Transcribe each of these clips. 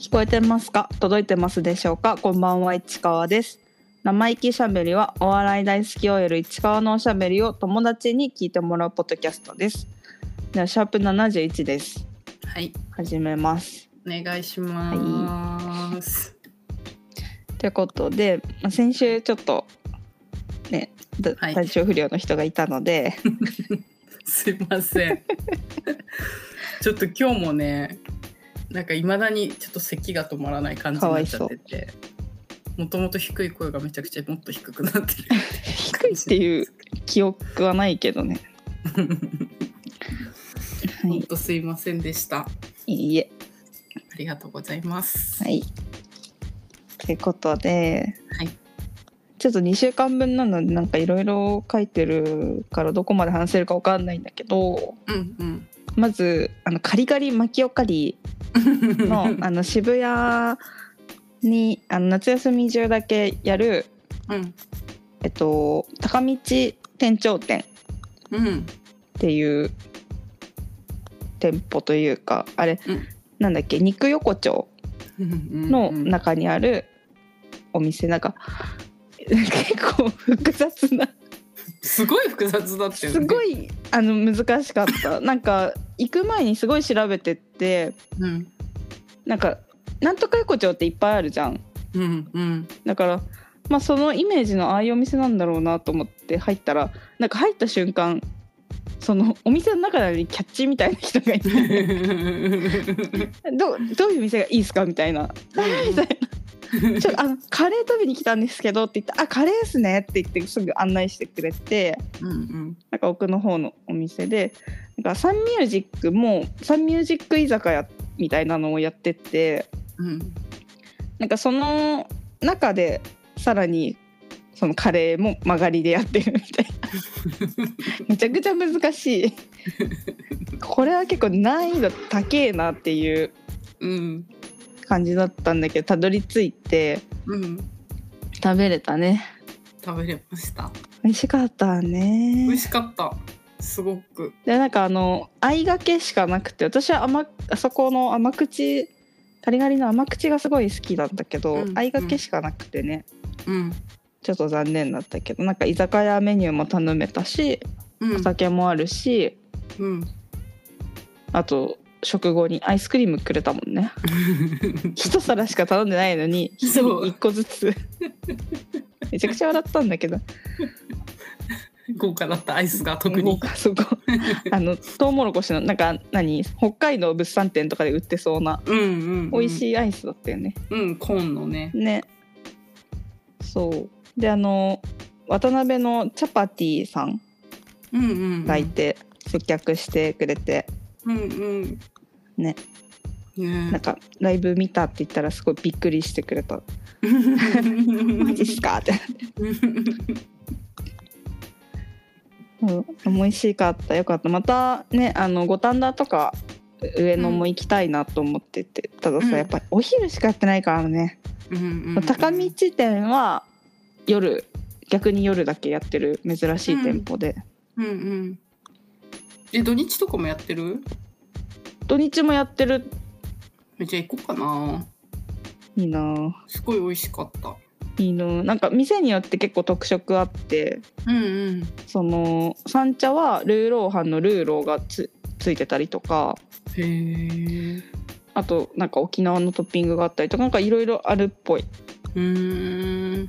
聞こえてますか届いてますでしょうかこんばんは市川です生意気しゃべりはお笑い大好き OL 市川のおしゃべりを友達に聞いてもらうポッドキャストですではシャープ71ですはい、始めますお願いします。ということでまあ先週ちょっとねだはい体調不良の人がいたので、 すいませ ん。ちょっと今日もね、なんか未だにちょっと咳が止まらない感じになっちゃってて、もともと低い声がめちゃくちゃもっと低くなって低いっていう記憶はないけど ねる。は本い当すいませんでした。あいいえりがとうございます。はい。ということで、はいちょっと2週間分なのでなんかいろいろ書いてるからどこまで話せるかわかんないんだけどうんまずあのカリカリマキオカリうん。 のあの渋谷にあの夏休み中だけやる、うんえっと、高道店長店っうんていう店舗というかあれ、うんなんだっけ肉横丁うんのうん中にあるお店なんか結構複雑なすごい複雑だったよね。すごいあの難しか ったなんか行く前にすごい調べてってうんなんかなんとか横丁っていっぱいあるじゃんうん うんだからまあそのイメージのああいうお店なんだろうなと思って入ったらなんか入った瞬間そのお店の中なのにキャッチみたいな人がいてどうどういう店がいいですかみたいなみたいな「ちょあのカレー食べに来たんですけど」って言ったら「あカレーっすね」って言ってすぐ案内してくれてうんうんなんか奥の方のお店でなんかサンミュージックもサンミュージック居酒屋みたいなのをやっててうんなんかその中でさらにそのカレーも曲がりでやってるみたいなめちゃくちゃ難しいこれは結構難易度高えなっていううん感じだったんだけどたどり着いてうん食べれたね食べれました。美味しかった美味ねしかった。すごく。でなんかあの合いがけしかなくて私は甘あそこの甘口ガリガリの甘口がすごい好きなんだけど、うん合いがけしかなくてねうん。ちょっと残念だったけどなんか居酒屋メニューも頼めたしうおん。酒もあるし、 うん。あと食後にアイスクリームくれたもんね一皿しか頼んでないのに一人そう一個ず つめちゃくちゃ笑ったんだけど豪華だったアイスが特に。そ こあのトウモロコシのなんか何北海道物産展とかで売ってそうなうんうん。美味い。しいアイスだったよね、うん、コーンのね。ねそうであの渡辺のチャパティさんうんうん。がいて、接客してくれてうんうん。ね。なん ね。かライブ見たって言ったらすごいびっくりしてくれた「マジっすか?」って、 うん、美味しかったよかったまたねあの五反田とか上野も行きたいなと思ってて、ただうんさやっぱりお昼しかやってないからね、うんうん。高見地店は夜逆に夜だけやってる珍しい店舗で、うんうん。え、土日とかもやってる土日もやってるじゃあ行こうかな。いいなぁすごい美味しかった。いいのなんか店によって結構特色あってうんうん。その三茶はルーローハンのルーローがつついてたりとかへえ。あとなんか沖縄のトッピングがあったりとかなんかいろいろあるっぽいうん。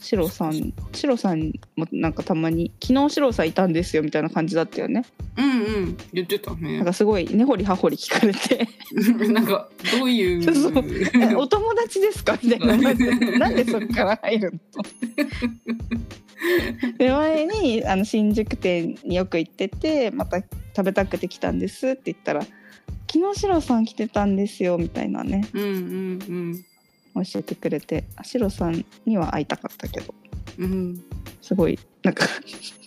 シロさんシロさんもなんかたまに「昨日シロさんいたんですよ」みたいな感じだったよねうんうん。言ってたねなん。かすごい根掘り葉掘り聞かれて なんかどう いそう そうえ「うお友達ですか?」みたいなまずなんでそっから入るので前にあの新宿店によく行っててまた食べたくて来たんですって言ったら「昨日シロさん来てたんですよ」みたいなねうんうん教えてくれてあシロさんには会いたかったけどうんうんすごいなんか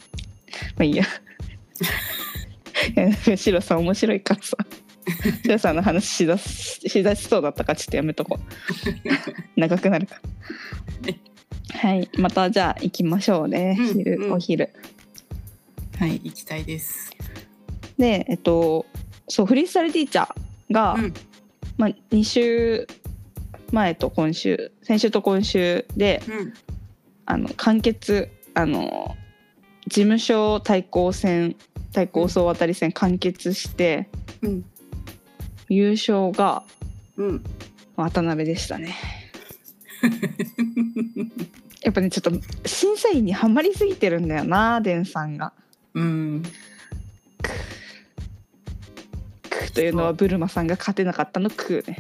まあいいやいやシロさん面白いから さシロさんの話しだすしだしそうだったからちょっとやめとこ う長くなるからはいまたじゃあ行きましょうねうん昼、うんお昼はい行きたいですでえっとそうフリースタイルティーチャーが、うんまあ、2週前と今週先週と今週でうんあの完結あの事務所対抗戦対抗総当たり戦完結してうん優勝がうん渡辺でしたね。やっぱねちょっと審査員にはまりすぎてるんだよなデンさんが。 うんクーというのはブルマさんが勝てなかったのクーね。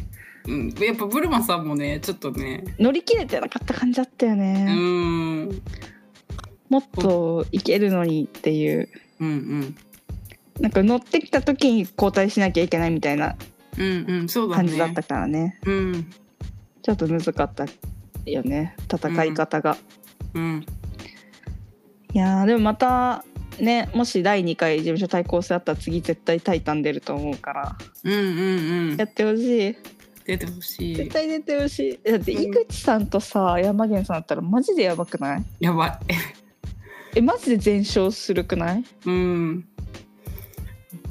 うんやっぱブルマさんもねちょっとね乗り切れてなかった感じだったようね。んうんもっといけるのにっていううんなんか乗ってきた時に交代しなきゃいけないみたいなうんうんそうだ感ねじだったからねうんちょっと難かったよね戦い方が、うんいやーでもまたねもし第2回事務所対抗戦あったら次絶対「タイタン」出ると思うからうんうんうんやってほしい出てほしい絶対出てほしいだって井うん口さんとさ山源さんだったらマジでやばくないやばいえマジで全勝するくないうん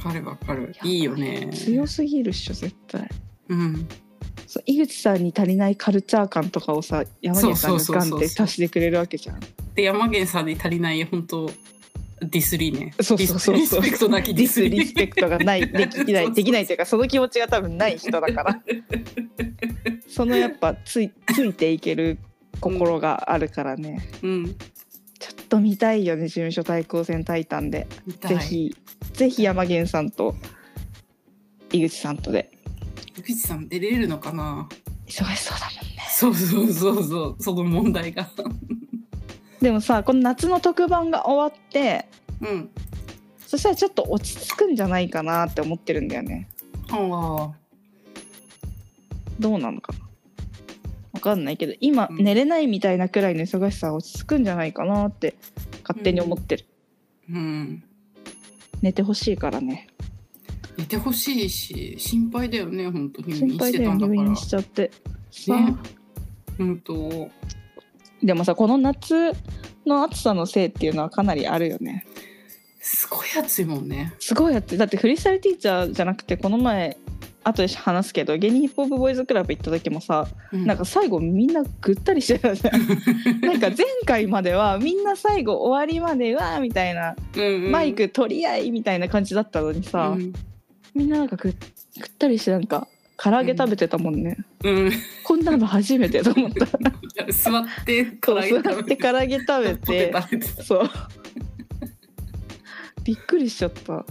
わかるわかるいいよね強すぎるっしょ絶対うんそう井口さんに足りないカルチャー感とかをさ山源さんがそうそうそうガそンうって足してくれるわけじゃんで山源さんに足りない本当ディスリーねそうそうそうそうディスリスペクトなデきディィススリリスペクトが ないできないできないというかその気持ちが多分ない人だからそのやっぱついついていける心があるからね、 うんちょっと見たいよね事務所対抗戦「タイタンで」見たいぜひぜひ山源さんと井口さんとで富士山出れるのかな忙しそうだもんねそうそうそうそうその問題が でもさこの夏の特番が終わってうんそしたらちょっと落ち着くんじゃないかなって思ってるんだよねあどうなのかなわかんないけど今うん寝れないみたいなくらいの忙しさは落ち着くんじゃないかなって勝手に思ってる、ーうん寝てほしいからね寝てほしいし心配だよね本当入心院し配てだたよんだか入ら院しちゃって、さね本当でもさこの夏の暑さのせいっていうのはかなりあるよねすごい暑いもんねすごいやってだってフリースタイルティーチャーじゃなくてこの前後で話すけど芸人ヒップホップボーイズクラブ行った時もさ、うんなんか最後みんなぐったりしてたじ ゃんなんか前回まではみんな最後終わりまではみたいなうんうんマイク取り合いみたいな感じだったのにさ、うんみんななんかぐ食ったりしてなんか唐揚げ食べてたもんね、うん こんなの初めてと思った座ってそ 唐う揚げ座って唐揚げ食べポテてト食べてたそう びっくりしちゃった、んやっ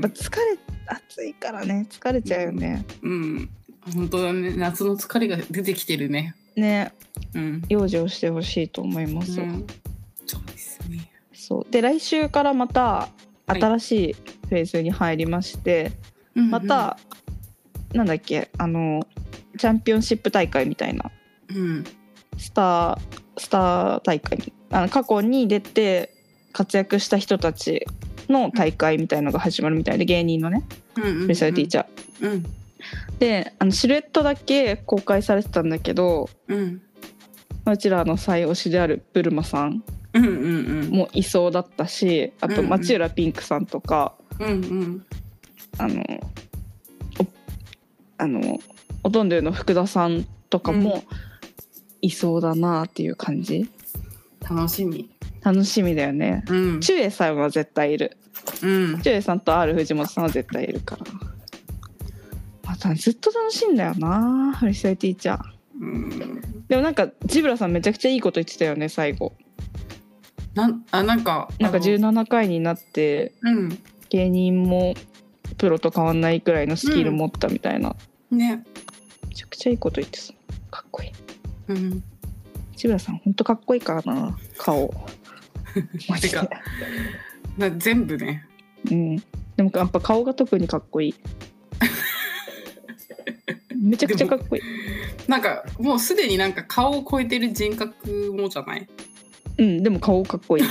ぱ疲れ暑いからね疲れちゃうよね、うん本当だね夏の疲れが出てきてるねねうん養生してほしいと思います、うんそうですねそうで来週からまたはい新しいフェーズに入りまして、また、なんだっけあのチャンピオンシップ大会みたいなうんスタースター大会にあの過去に出て活躍した人たちの大会みたいのが始まるみたいで芸人のねうんうんうんフリースタイルティーチャー。うんであのシルエットだけ公開されてたんだけどうんうちらの最推しであるブルマさんうんうんもいそうだったしあうんとうん町浦ピンクさんとか、うんうんあのおあのオトンドゥの福田さんとかもいそうだなっていう感じ楽しみ楽しみだよね。うんちゅえさんは絶対いるうんちゅえさんと R 藤本さんは絶対いるからまたずっと楽しいんだよなハリセイティーチャーうんでもなんかジブラさんめちゃくちゃいいこと言ってたよね最後なんあなんかなんかあの17回になってうん芸人もプロと変わんないくらいのスキル持ったみたいな、ねめちゃくちゃいいこと言ってたかっこいいうんジブラさんほんとかっこいいからな顔マジてでかな全部ねうんでもやっぱ顔が特にかっこ いいめちゃくちゃかっこいいなんかもうすでになんか顔を超えてる人格もじゃないうんでも顔かっこいい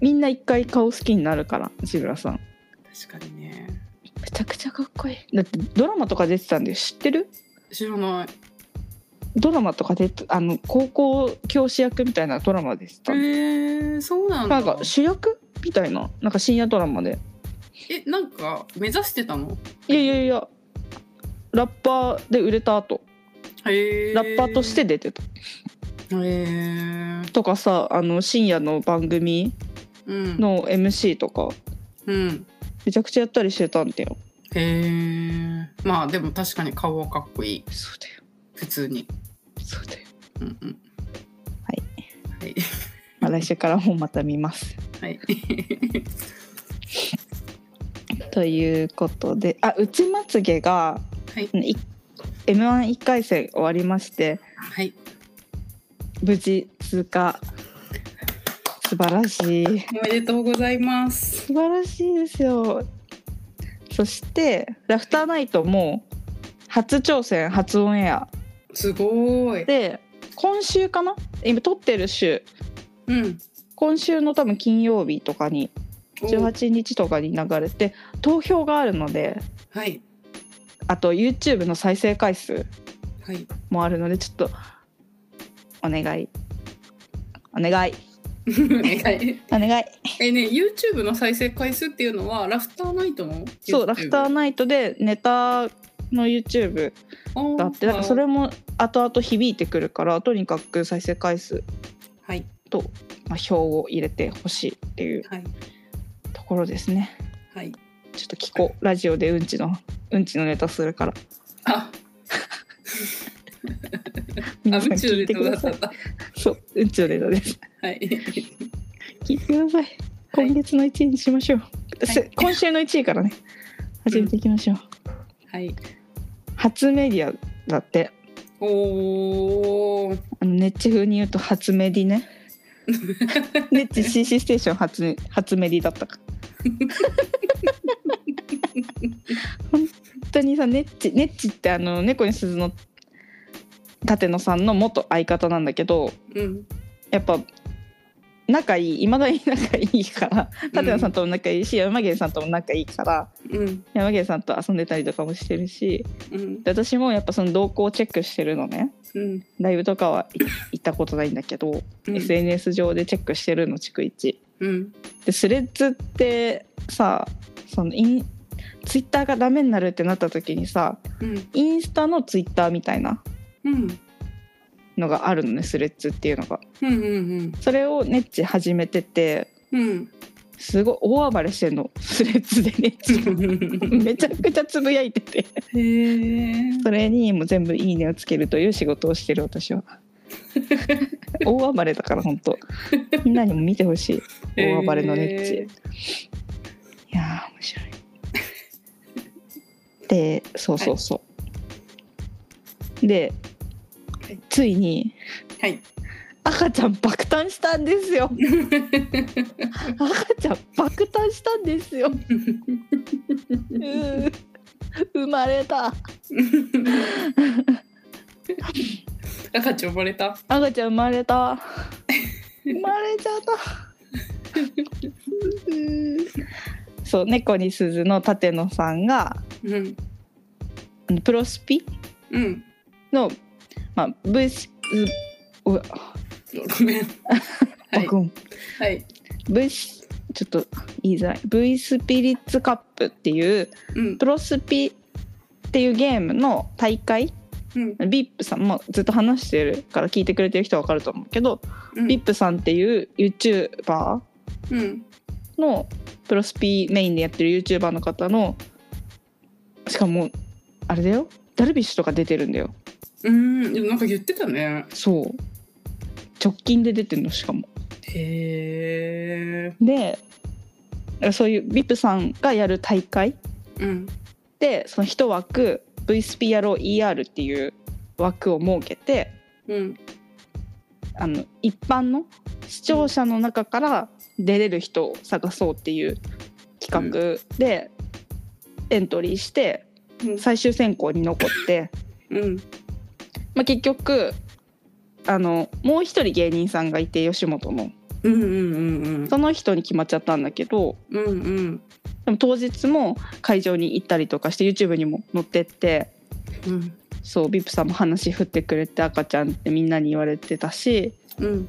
みんな一回顔好きになるから志村さん確かにねめちゃくちゃかっこいいだってドラマとか出てたんで知ってる知らないドラマとか出てあの高校教師役みたいなドラマでした、えー、そうなんなだんか主役みたいななんか深夜ドラマでえなんか目指してたのいやいやいやラッパーで売れた後へえラッパーとして出てたへえとかさあの深夜の番組うんの MC とかうんめちゃくちゃやったりしてたんだよへえまあでも確かに顔はかっこいいそうだよ普通にそうだよ、うんうんはいはいまあ、来週からもまた見ますはい。 ということであうちまつげがはい。 1 m 1 1回戦終わりましてはい。無事通過素晴らしいおめでとうございます。素晴らしいですよそしてラフターナイトも初挑戦初オンエアすごい。で今週かな今撮ってる週うん。今週の多分金曜日とかにお18日とかに流れて投票があるのではい。あと YouTube の再生回数はい。 もあるのでちょっとお願いお願いお願い。お願いえね、YouTube の再生回数っていうのはラフターナイトの YouTube？そうラフターナイトでネタの YouTube あーがあってだからそれも後々響いてくるからとにかく再生回数、はいまあ、票を入れてほしいっていうはいところですねはい。ちょっと聞こうラジオでうんちのうんちのネタするからあ、あ皆さん宇宙聞いでてどくうだだっさたいそううんちのネタですはい。聞いてくださいはい今月の1位にしましょう、はい今週の1位からね始めていきましょう、はい。初メディアだっておお。あのネッチ風に言うと初メディねネッチ CC ステーション初初メディだったから本当にさネッチネッチってあの猫に鈴の舘野さんの元相方なんだけどうん。やっぱ仲いいいまだに仲いいから舘野さんとも仲いいし、山源さんとも仲いいからうん。山源さんと遊んでたりとかもしてるしうんで。私もやっぱその動向をチェックしてるのねうん。ライブとかは行行ったことないんだけど、うん。 SNS 上でチェックしてるの逐一うん。でスレッズってさそのインツイッターがダメになるってなった時にさうん。インスタのツイッターみたいなうん。のがあるのねスレッズっていうのがうん。うん。それをネッチ始めててうん。すごい大暴れしてんのスレッズでネ ッチめちゃくちゃつぶやいててへえ。それにも全部「いいね」をつけるという仕事をしてる私 は大暴れだから本当みんなにも見てほしい大暴れのネッチ、えいやー面白い。 でそうそうそう。で、はいついにーはい。赤ちゃん爆誕したんです よ。赤ちゃん爆誕したんです よ。うー生まれた。赤ちゃん暴れた。赤ちゃん生まれた。生まれちゃった。 うーそう猫に鈴の舘野さんがうん。あのプロスピうん。の、まあ、ブスうわごめん。はい爆音、はい。 V ちょっと言いづらい V スピリッツカップっていううんプ。ロスピっていうゲームの大会うん。 VIP さんもずっと話してるから聞いてくれてる人は分かると思うけど、うん。 VIP さんっていう YouTuber うん。のプロスピメインでやってる YouTuber の方のしかもあれだよダルビッシュとか出てるんだようん。でもなんか言ってたね。そう直近で出てるのしかもへえ。でそういう VIP さんがやる大会うん。でその一枠 VSP やろう ER っていう枠を設けてうん。あの一般の視聴者の中から出れる人を探そうっていう企画でエントリーしてうん。最終選考に残って、うん。まあ、結局あのもう一人芸人さんがいて吉本のうん。うん。うん。その人に決まっちゃったんだけどうん。うん。でも当日も会場に行ったりとかして YouTube にも載ってって。うん。そう VIP さんも話振ってくれて赤ちゃんってみんなに言われてたしうん。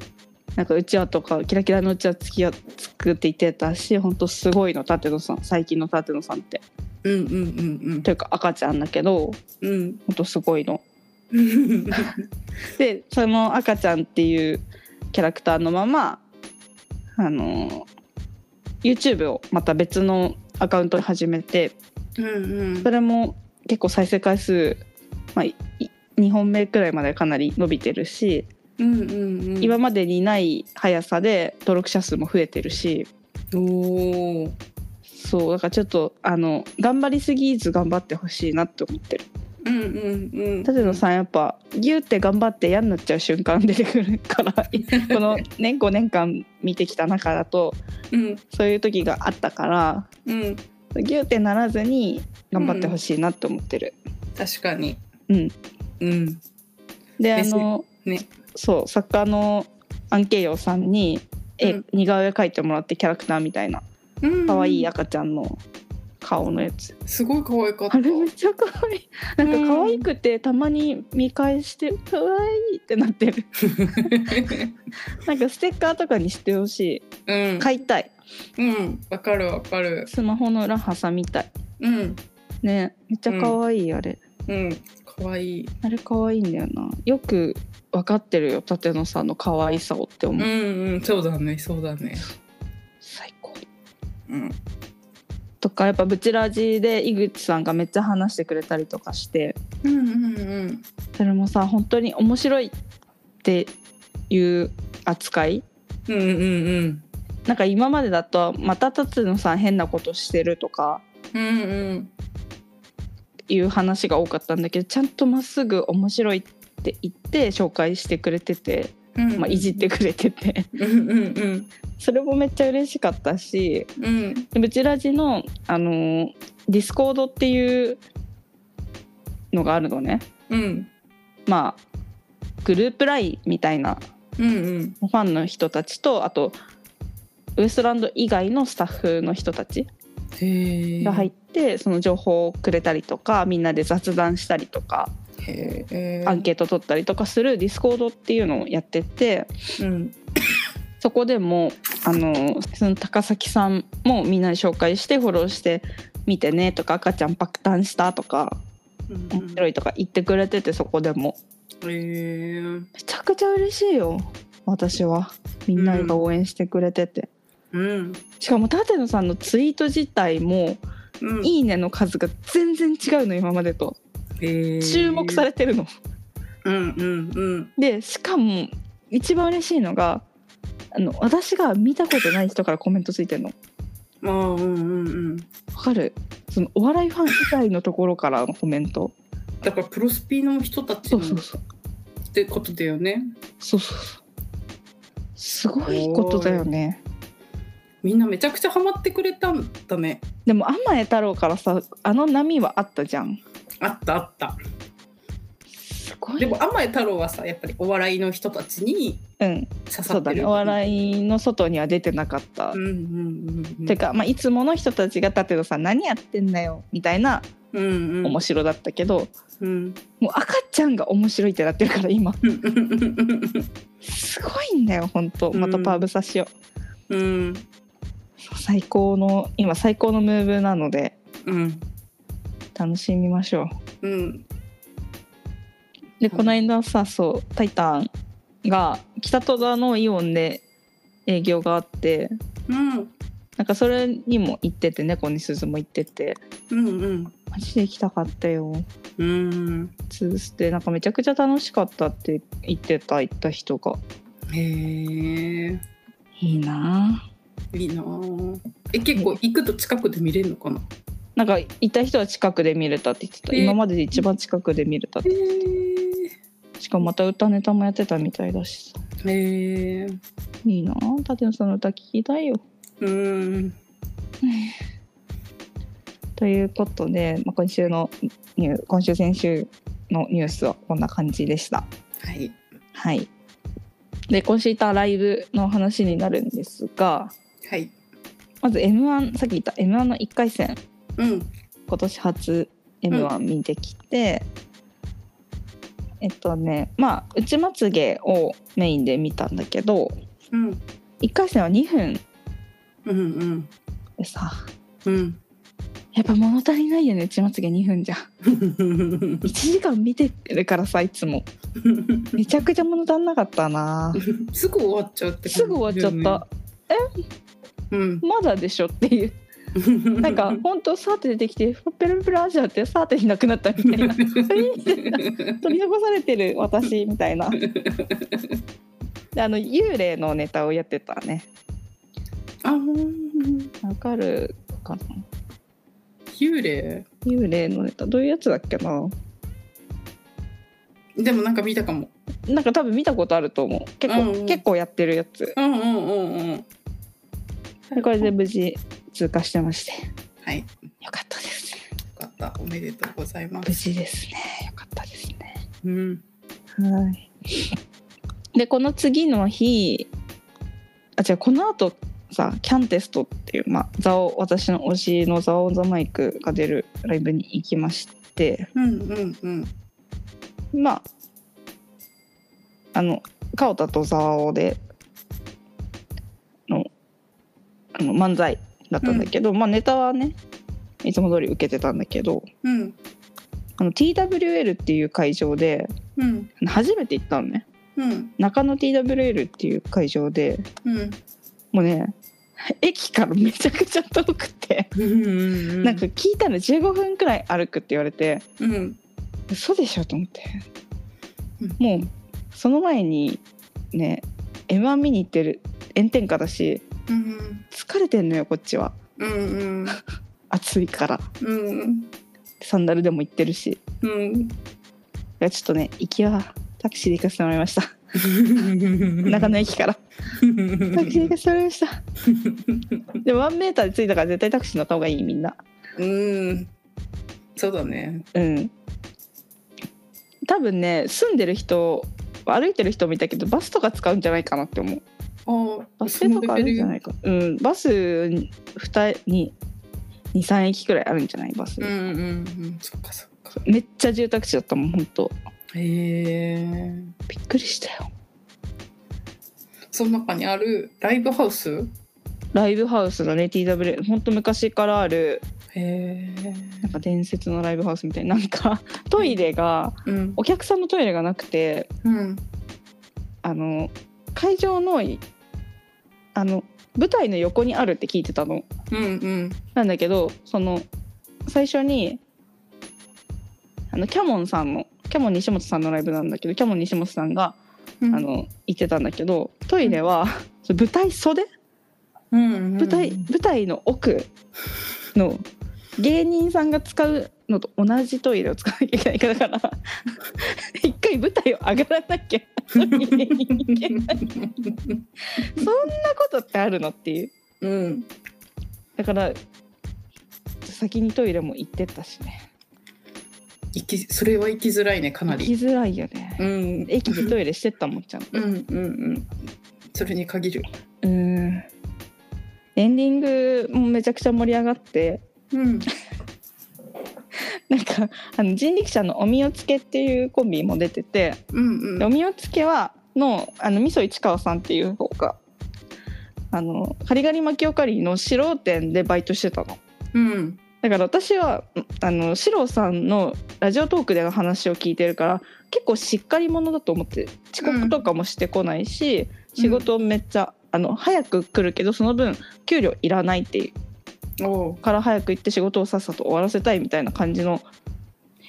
なんかうちわとかキラキラのうちわつきや作っていてたし本当すごいの舘野さん最近の舘野さんってうんうんうんというか赤ちゃんだけどうんうん本当すごいの。でその赤ちゃんっていうキャラクターのままあの YouTube をまた別のアカウントに始めてうんそれも結構再生回数、まあ、いい2本目くらいまでかなり伸びてるしうんうんうん今までにない速さで登録者数も増えてるしおーそうだからちょっとあの頑張りすぎず頑張ってほしいなって思ってるうんうんうん舘野さんやっぱギューって頑張って嫌になっちゃう瞬間出てくるから この年5年間見てきた中だとうんそういう時があったからうんギューってならずに頑張ってほしいなって思ってる。確かにうんうんであですの、ねそう作家のアンケイヨウさんに絵、うん似顔絵描いてもらってキャラクターみたいなうん可愛い赤ちゃんの顔のやつ、すごい可愛かっ たあれめっちゃ可愛いなんか可愛くてたまに見返して可愛いってなって るなんかステッカーとかにしてほしうんい買いたいうんわかるわかるスマホの裏挟みたいうんねめっちゃ可愛いあれ、うん可愛いあれ可愛いんだよなよく分かってるよ舘野さんの可愛さをって思う、うんうんそうだねそうだね最高うんとかやっぱブチラジで井口さんがめっちゃ話してくれたりとかしてうんうんうんそれもさ本当に面白いっていう扱いうんうんうんなんか今までだとまた舘野さん変なことしてるとかうんうんいう話が多かったんだけどちゃんとまっすぐ面白いって言って紹介してくれてて、うんまあ、いじってくれてて うんうんうんそれもめっちゃ嬉しかったしうんブチラジの、あのーディスコードっていうのがあるのねうんまあグループラインみたいなうんうんファンの人たちとあとウエストランド以外のスタッフの人たちへえが入って、その情報をくれたりとかみんなで雑談したりとか、へえアンケート取ったりとかするディスコードっていうのをやっててうんそこでもあのその高崎さんもみんなに紹介してフォローして見てねとか赤ちゃん爆誕したとかうん面白いとか言ってくれててそこでもへえめちゃくちゃ嬉しいよ私はみんなが応援してくれてて、うんしかも舘野さんのツイート自体もう「んいいね」の数が全然違うの今までとへえ注目されてるの。うんうんうんでしかも一番嬉しいのがあの私が見たことない人からコメントついてるの。ああうんうんうんわかるそのお笑いファン以外のところからのコメント。だからプロスピの人たちそのうそうそうってことだよねそうそうそう。すごいことだよね。みんなめちゃくちゃハマってくれたんだねでも天江太郎からさあの波はあったじゃん。あったあったすごい。でも天江太郎はさやっぱりお笑いの人たちにうん刺さそうっだてねるお笑いの外には出てなかった。うんうんうんうんてか、まあ、いつもの人たちが舘野さん何やってんだよみたいなうんうん面白だったけど、うんもう赤ちゃんが面白いってなってるから今うんうんうんすごいんだよ本当うんまたパーブサしようんうんう最高の今最高のムーブなのでうん楽しみましょううんではいこの間さそう「タイタン」が北戸田のイオンで営業があってうんなんかそれにも行ってて猫に鈴も行っててうんマジで行きたかったようん通すてなんかめちゃくちゃ楽しかったって言ってた行った人がへえいいなあいいなあえ結構行くと近くで見れるのかななんか行った人は近くで見れたって言ってたえー今までで一番近くで見れたってへえしかもまた歌ネタもやってたみたいだしさへえいいなあ舘野さんの歌聞きたいようんということで、まあ、今週のニュー今週先週のニュースはこんな感じでしたはいはいで今週いたライブの話になるんですがはいまず m 1さっき言った m 1の1回戦うん今年初 m 1見てきて、えっとねまあ内まつげをメインで見たんだけどううん1回戦は2分うんうんでさうんやっぱ物足りないよねちまつげ2分じゃ1時間見てるからさいつ もめちゃくちゃ物足んなかったな すぐ終わっちゃうって感じすぐ終わっちゃったうんまだでしょって いうなん かほんとさーって出てきてペラペラ味あってさーっていなくなったみた いな取り残されてる私みたいなであの幽霊のネタをやってたねあうんわかるかな幽霊幽霊のネタどういうやつだっけなでもなんか見たかもなんか多分見たことあると思う結構、うんうん結構やってるやつうんうんうんうんでこれで無事通過してましてはいよよかったですかったおめでとうございま無す事ですねよかったですねうんはい。で、この次の日、あ、違う、この後さ、キャンテストっていう、まあ、ザオ、私の推しのザオ・オン・ザ・マイクが出るライブに行きまして、うんうんうんまあ、あの、カオタとザオでの、あの、漫才だったんだけど、まあ、ネタはね、いつも通り受けてたんだけど、うんあの、TWL っていう会場で、うん初めて行ったのね。うん中野 TWL っていう会場でうんもうね駅からめちゃくちゃ遠くて、うんなんか聞いたら15分くらい歩くって言われてうん嘘でしょと思って、うんもうその前にね m 1見に行ってる炎天下だしうん疲れてんのよこっちはうんうん暑いからうんサンダルでも行ってるしいうんやちょっとね行きはタクシーで行かせてもらいま した、中野駅からタクシーで行かせてもらいましたでもワンメーターで着いたから絶対タクシー乗った方がいいみんなうんそうだねうん多分ね住んでる人歩いてる人もいたけどバスとか使うんじゃないかなって思うあバス停とかあるんじゃないいかうんバス23駅くらいあるんじゃないバス、うんうんうんそっかそっかめっちゃ住宅地だったもん本当へえびっくりしたよその中にあるライブハウスライブハウスのね TW 本当昔からあるへえなんか伝説のライブハウスみたいななんかトイレがうんお客さんのトイレがなくてうんあの会場のいあの舞台の横にあるって聞いてたのうんうんなんだけどその最初にあのキャモンさんのキャモン西本さんのライブなんだけどキャモン西本さんが、うんあの行ってたんだけどトイレは、そう舞台袖うんうん舞台,、舞台の奥の芸人さんが使うのと同じトイレを使わなきゃいけないから だから一回舞台を上がらな きゃトイレに行けないそんなことってあるのっていううんだから先にトイレも行ってったしね行きそれは行きづらいねかな行きりづらいよね、うん駅でトイレしてったもんちゃんとうんうんうんそれに限るうんエンディングもめちゃくちゃ盛り上がってうんなんかあの人力車のおみおつけっていうコンビも出てて、うんでおみおつけはのあの味噌市川さんっていう方があのカリガリマキオカリーの四郎店でバイトしてたのうんだから私はあの四郎さんのラジオトークでの話を聞いてるから結構しっかり者だと思って遅刻とかもしてこないし、仕事めっちゃあの早く来るけどその分給料いらないっていうおうから早く行って仕事をさっさと終わらせたいみたいな感じの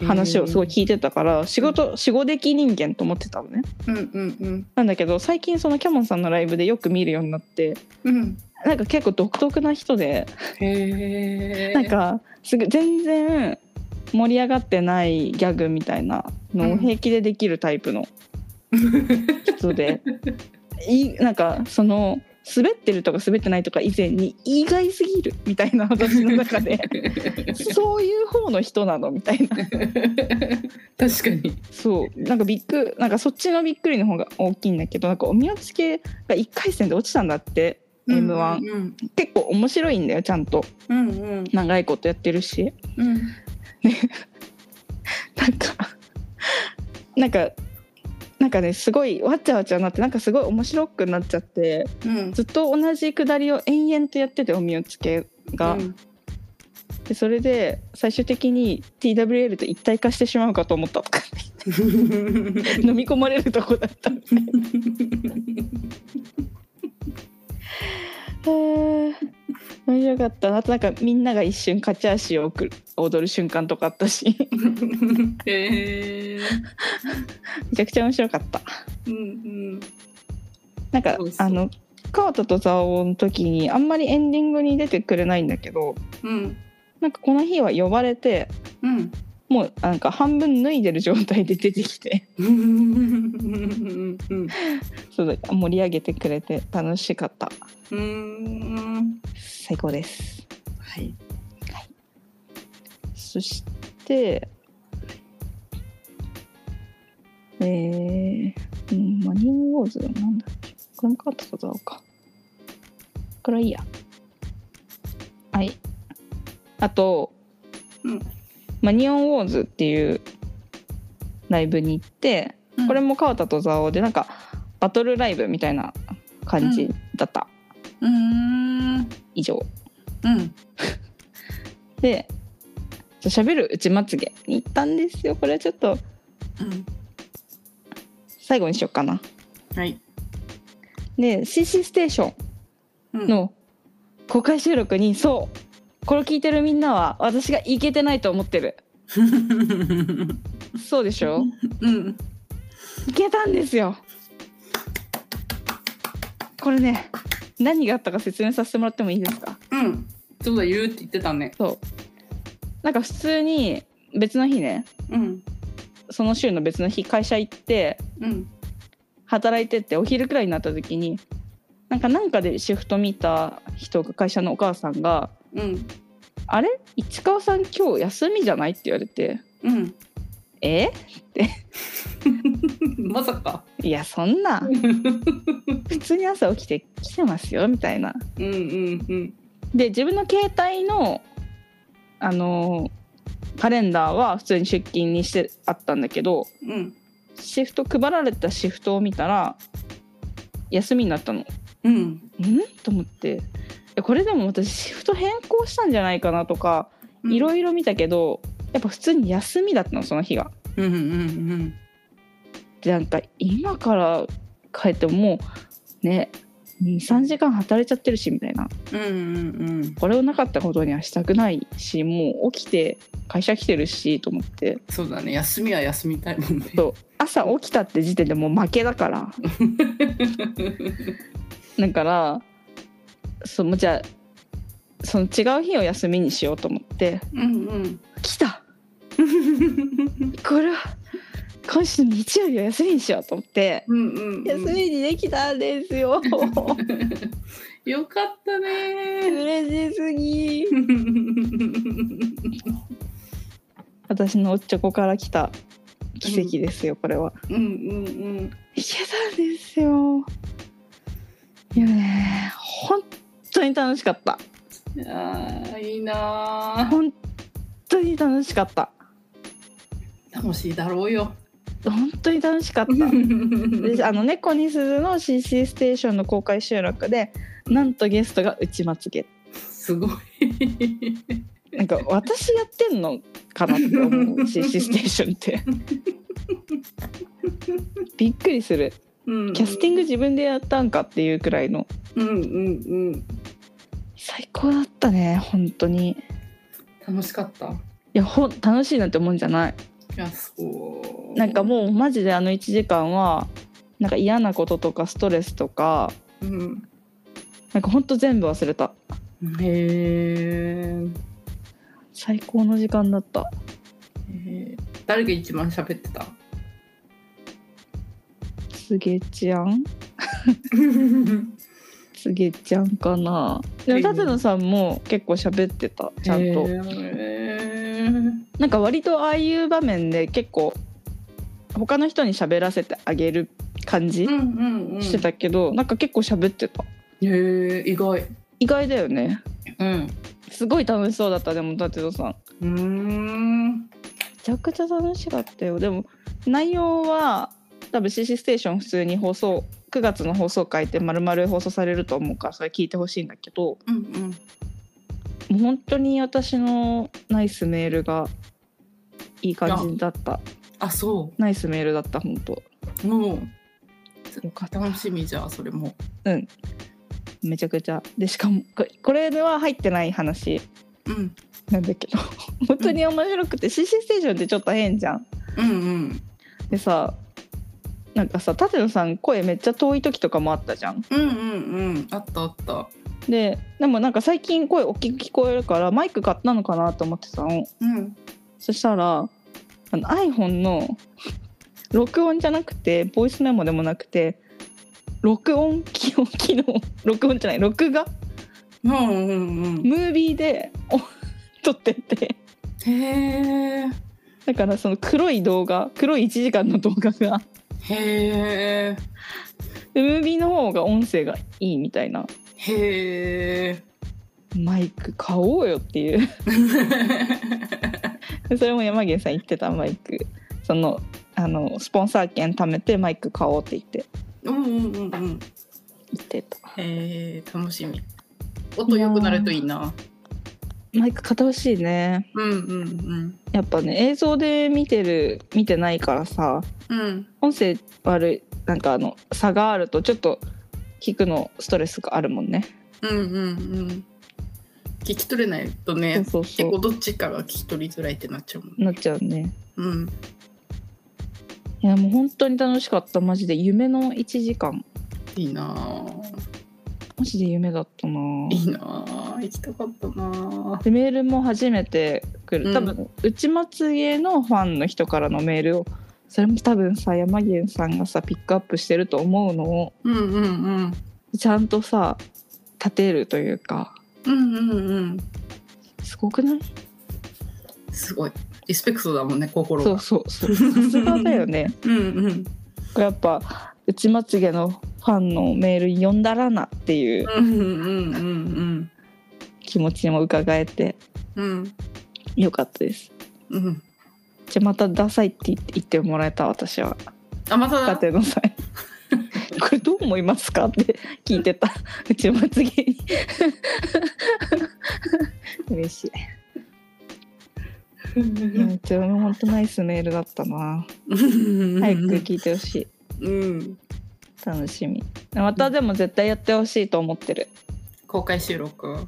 話をすごい聞いてたから仕事仕事的人間と思ってたのね。うんうんなんだけど最近そのキャモンさんのライブでよく見るようになってうんうんなんか結構独特な人でへえなんかすぐ全然盛り上がってないギャグみたいなのうをん平気でできるタイプの人 で、いなんかその滑ってるとか滑ってないとか以前に意外すぎるみたいな私の中 でそういう方の人なのみたいな 確かにそうなんかびっくなんかそっちのびっくりの方が大きいんだけどなんかおみおつけが1回戦で落ちたんだって。M1、うん結構面白いんだよちゃんとうんうん長いことやってるしうんなんかなんかなんかねすごいわちゃわちゃになってなんかすごい面白くなっちゃってうんずっと同じくだりを延々とやってておみおつけが、うんでそれで最終的に TWL と一体化してしまうかと思ったとか 飲み込まれるとこだったへー面白かったなあとなんかみんなが一瞬勝ち足を送る踊る瞬間とかあったし へえめちゃくちゃ面白かったうんなんかそうそうあの川田と蔵王の時にあんまりエンディングに出てくれないんだけどうんうんなんかこの日は呼ばれてうんもうなんか半分脱いでる状態で出てきて うんうんそう盛り上げてくれて楽しかったうん最高ですはいそしてえー、うんマニンウォーズなんだっけこれもカットだろうかこれはいいやはいあと、うんマニオンウォーズっていうライブに行ってこれも川田と蔵王でなんかバトルライブみたいな感じだった、うんうん以上うんで「じゃあ喋るうちまつげ」に行ったんですよこれはちょっと最後にしようかなはいで CC ステーションの公開収録にそうこれを聞いてるみんなは私がいけてないと思ってるうんそうでしょうんいけたんですよこれね何があったか説明させてもらってもいいですかうんそうだ言うって言ってたねそうなんか普通に別の日ねうんその週の別の日会社行ってうん働いてってお昼くらいになった時になんかなんかでシフト見た人が会社のお母さんがうん「あれ市川さん今日休みじゃない?」って言われてうん「え まさかいやそんなうん普通に朝起きて来てますよ」みたいな。うんうんで自分の携帯のあのーカレンダーは普通に出勤にしてあったんだけどうんシフト配られたシフトを見たら休みになったの。うんんと思ってえこれでも私シフト変更したんじゃないかなとかいろいいろ見たけど、やっぱ普通に休みだったのその日が。ろうんうんでなんか今から帰ってももうね23時間働いちゃってるしみたいなうんうんこれをなかったことにはしたくないしもう起きて会社来てるしと思ってそうだね休みは休みたいもんね そう朝起きたって時点でもう負けだからだからそうもうじゃあその違う日を休みにしようと思ってうんうん来たこれは今週の日曜日は休みにしようと思って、うんうん休みにできたんですよよかったね嬉しすぎ私のおっちょこから来た奇跡ですよ、これはうんうんいけたんですよいやね本当に楽しかったうんあーいいなー本当に楽しかった楽しいだろうよ本当に楽しかったであの猫に鈴の CC ステーションの公開収録でなんとゲストが内まつげすごいなんか私やってんのかなって思う CC ステーションってびっくりするキャスティング自分でやったんかっていうくらいのうんうんうん最高だったね本当にい楽しかったいやほん楽しいなんて思うんじゃないやそうなんかもうマジであの1時間はなんか嫌なこととかストレスとかう、うん、なんかほんと全部忘れたへえ最高の時間だった誰が一番喋ってたつげちゃんつげちゃんかなでもうん舘野さんも結構喋ってたちゃんとへーなんか割とああいう場面で結構他の人に喋らせてあげる感じうんうんうんしてたけど、なんか結構喋ってたへえ意外意外だよねうんすごい楽しそうだったでも舘野さんめうーんちゃくちゃ楽しかったよでも内容は舘多分 CC ステーション普通に放送9月の放送回って丸々放送されると思うからそれ聞いてほしいんだけどうんうんもう本当に私のナイスメールがいい感じだったあそナイスメールだった本当うもうよかった楽しみじゃあそれもめちゃくちゃでしかもこれこれでは入ってない話うんなんだけど 本当に面白くて CC ステーションってちょっと変じゃんうんうんでさなんかさ舘野さん声めっちゃ遠い時とかもあったじゃんうんうんうんあったあったででもなんか最近声大きく聞こえるからマイク買ったのかなと思ってたのうんそしたらあの iPhone の 録音じゃなくてボイスメモでもなくて録音機能機能録音じゃない録画うんうんうんムービーでお 撮っててへえだからその黒い動画黒い1時間の動画がへえでムービーの方が音声がいいみたいなへ えマイク買おうよっていう でそれも山源さん言ってたマイクそのあのスポンサー券貯めてマイク買おうって言ってうんうんうんう言んってたへえ楽しみ音良くなるといいなマイク買ってほしいねうんうんやっぱね映像で見てる見てないからさうんうん音声悪いなんかあの差があるとちょっと聞くのストレスがあるもんねうんうんうん聞き取れないとねそうそう結そ構どっちかが聞き取りづらいってなっちゃうもんうなっちゃうねうんいやもう本当に楽しかったマジで夢の1時間いいなぁマジで夢だったなぁいいなぁ行きたかったなぁでメールも初めて来うるん多分、内松家のファンの人からのメールをそれも多分さ山源さんがさピックアップしてると思うのをうんうんうんちゃんとさ立てるというかうんうんうんすごくないすごいリスペクトだもんね心そがうそうそうさすがだよ ねうんうんこれやっぱ内松家のファンのメール読んだらなっていううんうんうん気持ちも伺えてうんうんよかったですうんじゃあまたダサいって言って言ってもらえた私はあまた舘野さんこれどう思いますかって聞いてたうちまつげに嬉しいいやうちも本当ナイスメールだったな早く聞いてほしいうん楽しみまたでも絶対やってほしいと思ってる公開収録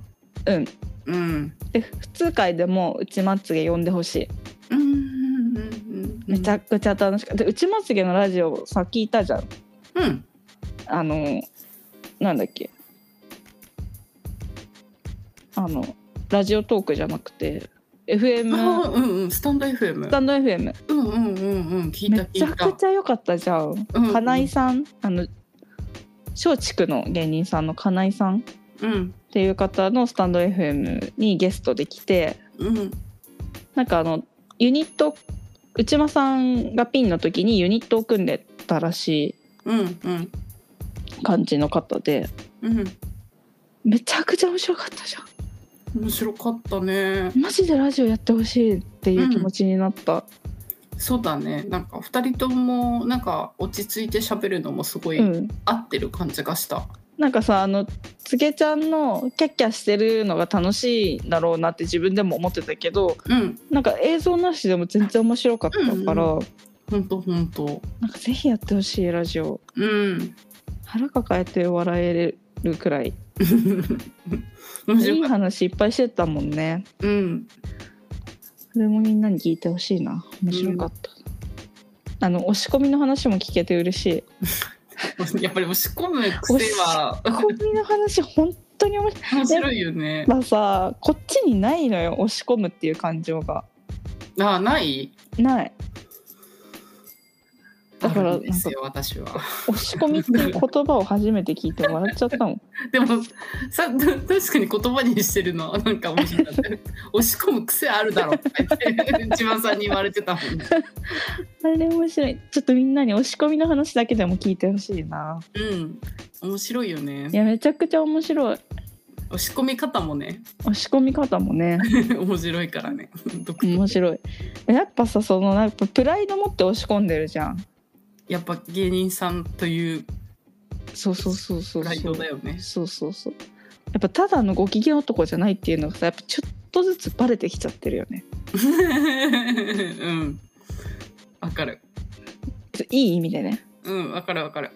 うんうんで普通回でもうちまつげ呼んでほしいうんうんうんうんめちゃくちゃ楽しかったでうちまつげのラジオさ聞いたじゃんうんあのなんだっけあのラジオトークじゃなくて FM あうんうんスタンド FM スタンド FM うんうんうんうん聞いため聞ちゃいたくちゃ良かったじゃんうんうん金井さんあの松竹の芸人さんの金井さんっうんていう方のスタンド FM にゲストで来てうんなんかあのユニット内間さんがピンの時にユニットを組んでたらしうんうんい感じの方でうんめちゃくちゃ面白かったじゃん面白かったねマジでラジオやってほしいっていう気持ちになった、そうだねなんか二人ともなんか落ち着いて喋るのもすごういん合ってる感じがしたなんかさあのつげちゃんのキャッキャしてるのが楽しいんだろうなって自分でも思ってたけどうんなんか映像なしでも全然面白かったから、うほんとほんとなんかぜひやってほしいラジオうん 腹抱えて笑えるくらい面いい白かっ話いっぱいしてたもんねたうん それもみんなに聞いてほしいな面白かった、あの押し込みの話も聞けて嬉し いやっぱり押し込む癖は押し込みの話本当に面白い面白いよねまあさこっちにないのよ押し込むっていう感情があないないだだかかららですよ私は押し込みっていう言葉を初めて聞いて笑っちゃったもんでもさ確かに言葉にしてるのはなんか面白かった押し込む癖あるだろうって 千葉さんに言われてたもんねあれ面白いちょっとみんなに押し込みの話だけでも聞いてほしいなうん面白いよいねやめちゃくちゃ面白い押し込み方もね押し込み方も ね 面白いからね独特面白いやっぱさそのやっぱプライド持って押し込んでるじゃんやっぱ芸人さんというそうそうそうそうプライそドうだよね。 そうそうそうやっぱただのご機嫌男じゃないっていうのがさやっぱちょっとずつバレてきちゃってるよねうん。わかる。いい意味でねうん、わかるわかる。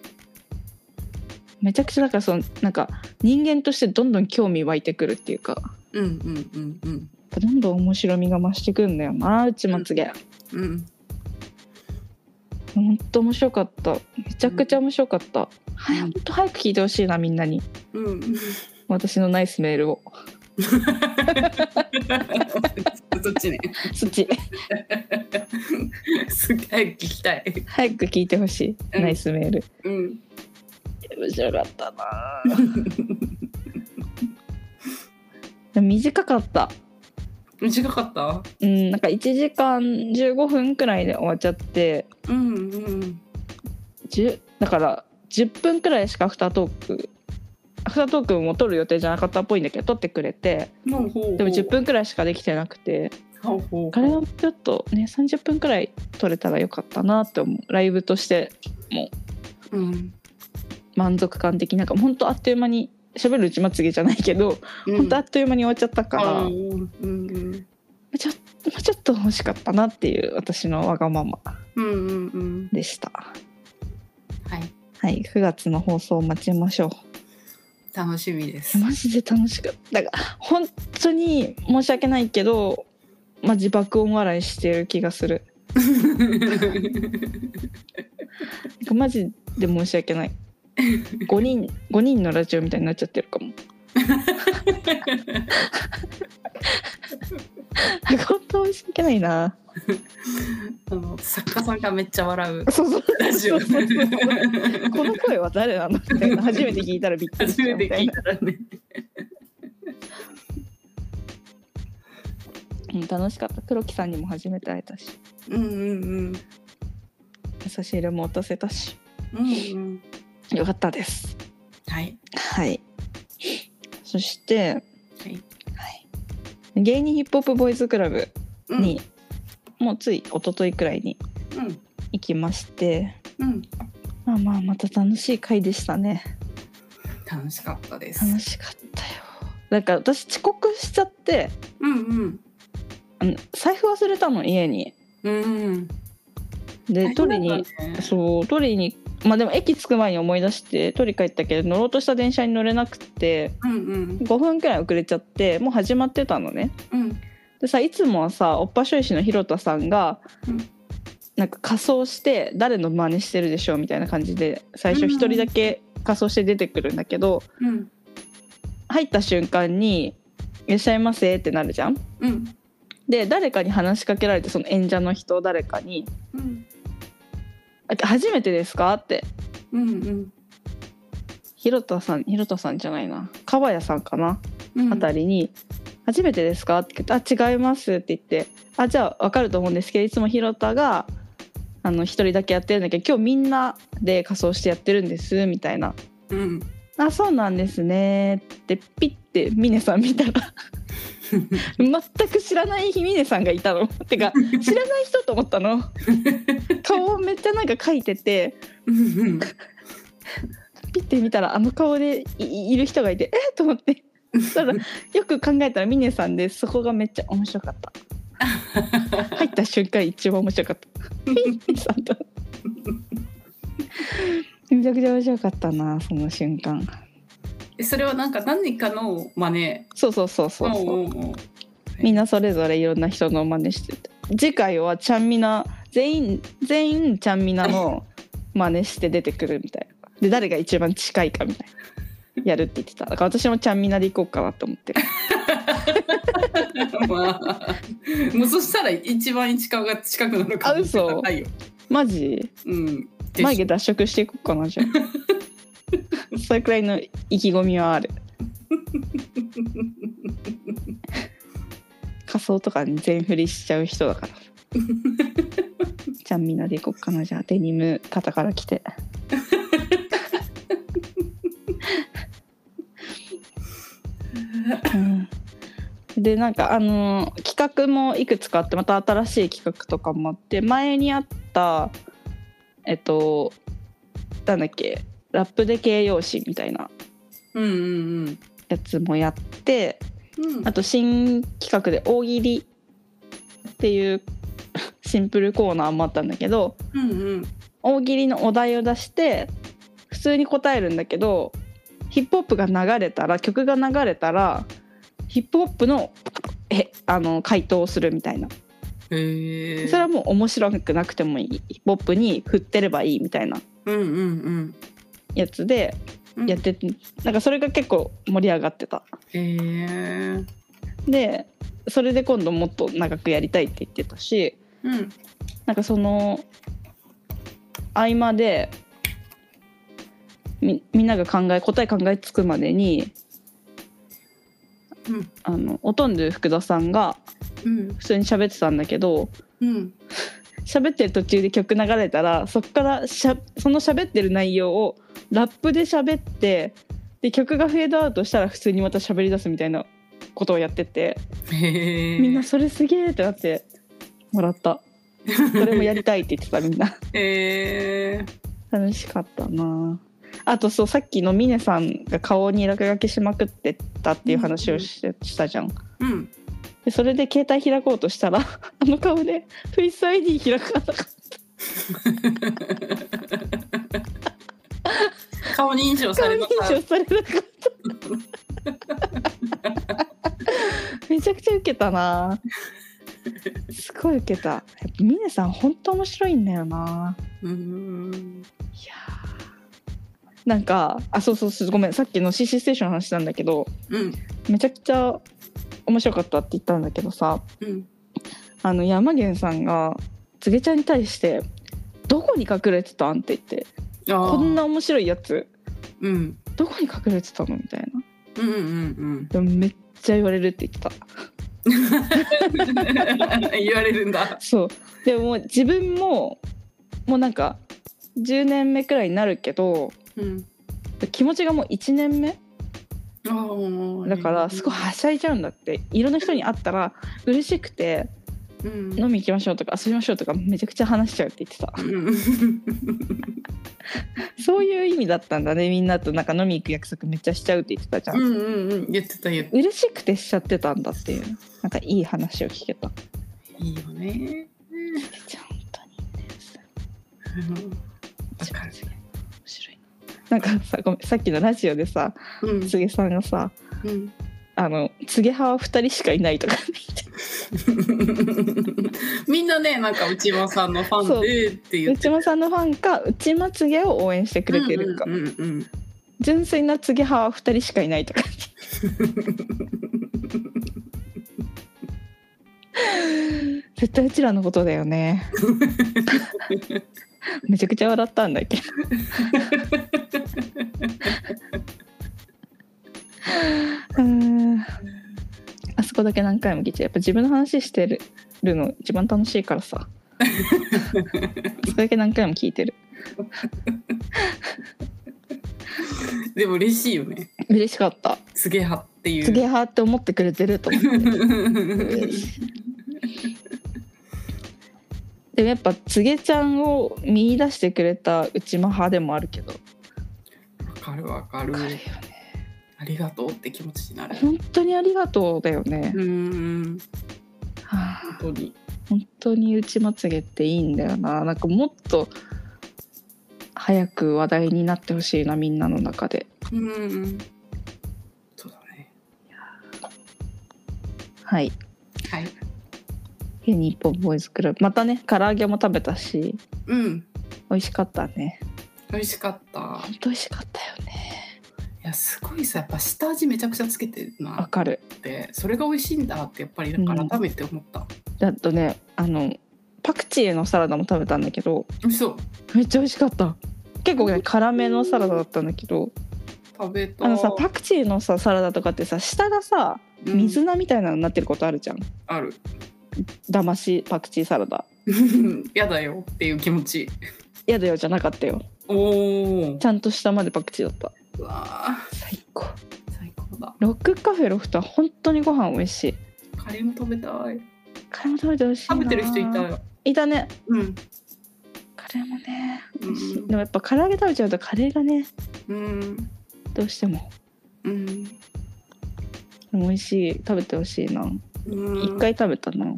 めちゃくちゃだからそのなんか人間としてどんどん興味湧いてくるっていうかうんうんうんうん。やっぱどんどん面白みが増してくんだよなうちまつげうん。ほんと面白かっためちゃくちゃ面白かった、はいほんと早く聞いてほしいなみんなにうん。 私のナイスメールをそっちね。 そっ ちすげえ聞きたい。早く聞いてほしい、うんナイスメールうん。面白かった な短かった短かった。うんなんか1時間15分くらいで終わっちゃってうんうん。 10だから10分くらいしかアフタートークアフタートークも撮る予定じゃなかったっぽいんだけど撮ってくれてほうほう。でも10。分くらいしかできてなくてほうほう。あれはちょっとね30分くらい撮れたらよかったなって思うライブとしてうん。満足感的なんかほんとあっという間に喋るうちまつげじゃないけど、ほんとあっという間に終わっちゃったから、うもんうんうちょもうちょっと欲しかったなっていう私のわがままうんうんうん。でしたはい。はい9月の放送を待ちましょ楽しみですう。マジで楽しかっただから本当に申し訳ないけどマジ爆音笑いしてる気がするマジで申し訳ない5人5人のラジオみたいになっちゃってるかも本当申し訳ないなあの作家さんがめっちゃ笑うそうそうラジオ。そうそうそうこの声は誰なのみたいな初めて聞いたらびっくり初しためみてた聞いいなたらね。うん楽しかった黒木さんにも初めて会えたしうんうんうん優しいレも落とせたしうんうん。よかったですはいはいそして、はいはい、芸人ヒップホップボーイズクラブうんに、もうつい一昨日くらいにうん行きましてうんまあまあまた楽しい回でしたね楽しかったです。楽しかったよなんか私遅刻しちゃってうんうんあの財布忘れたの家にうん。で取り大変にだったねそう取りにまあでも駅着く前に思い出して取り帰ったけど乗ろうとした電車に乗れなくてうんうん5分くらい遅れちゃってもう始まってたのねうんでさいつもはさおっぱしょいしのひろたさんが、うんなんか仮装して誰の真似してるでしょうみたいな感じで最初うん一人だけ仮装して出てくるんだけど、うん入った瞬間に「いらっしゃいませ」ってなるじゃん。うんで誰かに話しかけられてその演者の人誰かにうん「あ初めてですか?」ってうん広田さん広田さんじゃないな川谷さんかな、うん。あたりに「初めてですか?」って聞いて「あ違います」って言って「あじゃあ分かると思うんですけどいつも広田があの一人だけやってるんだけど今日みんなで仮装してやってるんです」みたいなうん。 「あそうなんですね」ってピッて峰さん見たら全く知らないひみねさんがいたのてか知らない人と思ったの顔をめっちゃなんか描いててうんうんピッて見たらあの顔でいいる人がいてえ っと思ってそしたらよく考えたらみねさんでそこがめっちゃ面白か った入った瞬間一番面白かったみねさんと めちゃくちゃ面白かったなその瞬間えそれはなんか何かの真似。そうそうそうそうそううんうんうんみんなそれぞれいろんな人の真似してて次回はちゃんみな全員全員ちゃんみな の真似して出てくるみたいなで誰が一番近いかみたいなやるって言ってただから私もちゃんみなで行こうかなと思ってる まあ、もうそしたら一番近くが近くなるかもしれないよ。マジうん。眉毛脱色していこうかなじゃあそれくらいの意気込みはある仮装とかに全振りしちゃう人だからちゃんみなで行こうかなじゃあデニム肩から着てうんでなんかあの企画もいくつかあってまた新しい企画とかもあって前にあったえっとなんだっけラップで形容詞みたいなうんうんやつもやってうんうんあと新企画で大喜利っていう シンプルコーナーもあったんだけどうんうん大喜利のお題を出して普通に答えるんだけどヒップホップが流れたら曲が流れたらヒップホップのえあの回答をするみたいなへえそれはもう面白くなくてもいいヒップホップに振ってればいいみたいなうんうんやつでうんやってなんかそれが結構盛り上がってたへえでそれで今度もっと長くやりたいって言ってたしうんなんかその合間でみみんなが考え答え考えつくまでにうんあのほとんど福田さんがうん普通に喋ってたんだけどうん喋ってる途中で曲流れたらそっからしゃその喋ってる内容をラップで喋ってで曲がフェードアウトしたら普通にまた喋り出すみたいなことをやっててへえみんなそれすげえってなってもらったそれもやりたいって言ってたみんな。 へえ楽しかったなあとそうさっきの峰さんが顔に落書きしまくってたっていう話をし,、したじゃんうんでそれで携帯開こうとしたらあの顔でフェイス ID 開かなかった顔認証さ顔れ認ました証されなかっためちゃくちゃウケたなすごいウケたやっぱ峰さん本当面白いんだよなうーんいやーなんかあそうそうそうごめんさっきの CC ステーションの話なんだけど、うんめちゃくちゃ面白かったって言ったんだけどさうんあの山源さんがつげちゃんに対して「どこに隠れてたん?」って言ってあ「ーこんな面白いやつうんどこに隠れてたの?」みたいなうんうん でもめっちゃ言われるって言ってたうん言われるんだそうでも自分ももうなんか10年目くらいになるけどうん気持ちがもう1年目あーだからすごいはしゃいじゃうんだっていろんな人に会ったら嬉しくてうん飲み行きましょうとか遊びましょうとかめちゃくちゃ話しちゃうって言ってたうんそういう意味だったんだねみんなとなんか飲み行く約束めっちゃしちゃうって言ってたじゃん、うんうんうん言ってた言って嬉しくてしちゃってたんだっていうなんかいい話を聞けたたいいよねちゃんとにねすうんわか面る白いななんかさごめんさっきのラジオでさうんつげさんがさうん あのつげ派は2人しかいないとかみんなねなんか内間さんのファンでって言って内間さんのファンか内間つげを応援してくれてるか、うんうんうんうん純粋なつげ派は2人しかいないとか絶対うちらのことだよねめちゃくちゃ笑ったんだけどうーんあそこだけ何回も聞いてやっぱ自分の話してるるの一番楽しいからさそこだけ何回も聞いてるでも嬉しいよね嬉しかったすげえ派っていうすげえはって思ってくれてると思って でもやっぱつげちゃんを見出してくれた内間派でもあるけどわかるわかるわかるよねありがとうって気持ちになる本当にありがとうだよね、うんうんはあ本当に本当に内まつげっていいんだよななんかもっと早く話題になってほしいなみんなの中でうんうんそうだねはいはい「日本ボーイズクラブ」またね唐揚げも食べたしうん美味しかったね美味しかった本当美味しかったよねいやすごいさやっぱ下味めちゃくちゃつけてるなわかるってそれが美味しいんだってやっぱりなんか改めて思った、あとねあのパクチーのサラダも食べたんだけど美味しそうめっちゃ美味しかった結構ね辛めのサラダだったんだけど食べたあのさパクチーのさサラダとかってさ下がさうん水菜みたいなのになってることあるじゃん、あるだましパクチーサラダやだよっていう気持ちやだよじゃなかったよおおちゃんと下までパクチーだったうわー最高最高だロックカフェロフトは本当にご飯美味しいカレーも食べたいカレーも食べて美味しいな食べてる人いたよいたねうんカレれもねう美味しいんでもやっぱ唐揚げ食べちゃうとカレーがねうんどうしてもうんでも美味しい食べてほしいなうん一回食べたな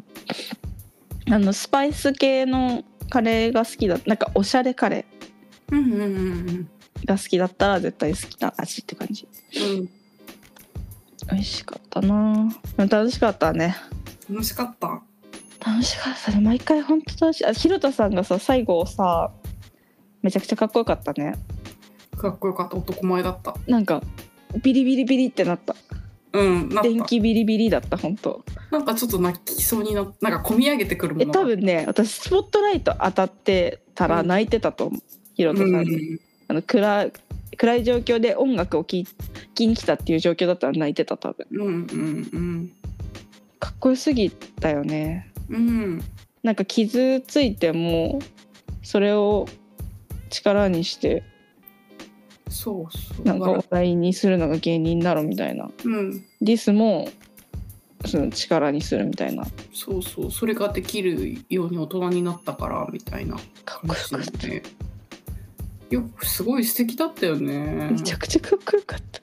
あのスパイス系のカレーが好きだなんかおしゃれカレうんうんうんーが好きだったら絶対好きな味って感じうん美味しかったなでも楽しかったね楽しかった楽しかったね毎回本当楽しいあひろたさんがさ最後さめちゃくちゃかっこよかったねかっこよかった男前だったなんかビリビリビリってなったうんなった電気ビリビリだった本当なんかちょっと泣きそうになっなんかこみ上げてくるもえの多が分ね私スポットライト当たってたら泣いてたと思う、ひろたさんうに、んあの暗い暗い状況で音楽を聴きに来たっていう状況だったら泣いてた多分うんうんかっこよすぎたよねうんうんなんか傷ついてもそれを力にしてそうそうなんかお笑いにするのが芸人だろみたいなうんディスもその力にするみたいなそうそうそれができるように大人になったからみたいなかっこよ話かだっよた、ねよくすごい素敵だったよねめちゃくちゃかっこよかったい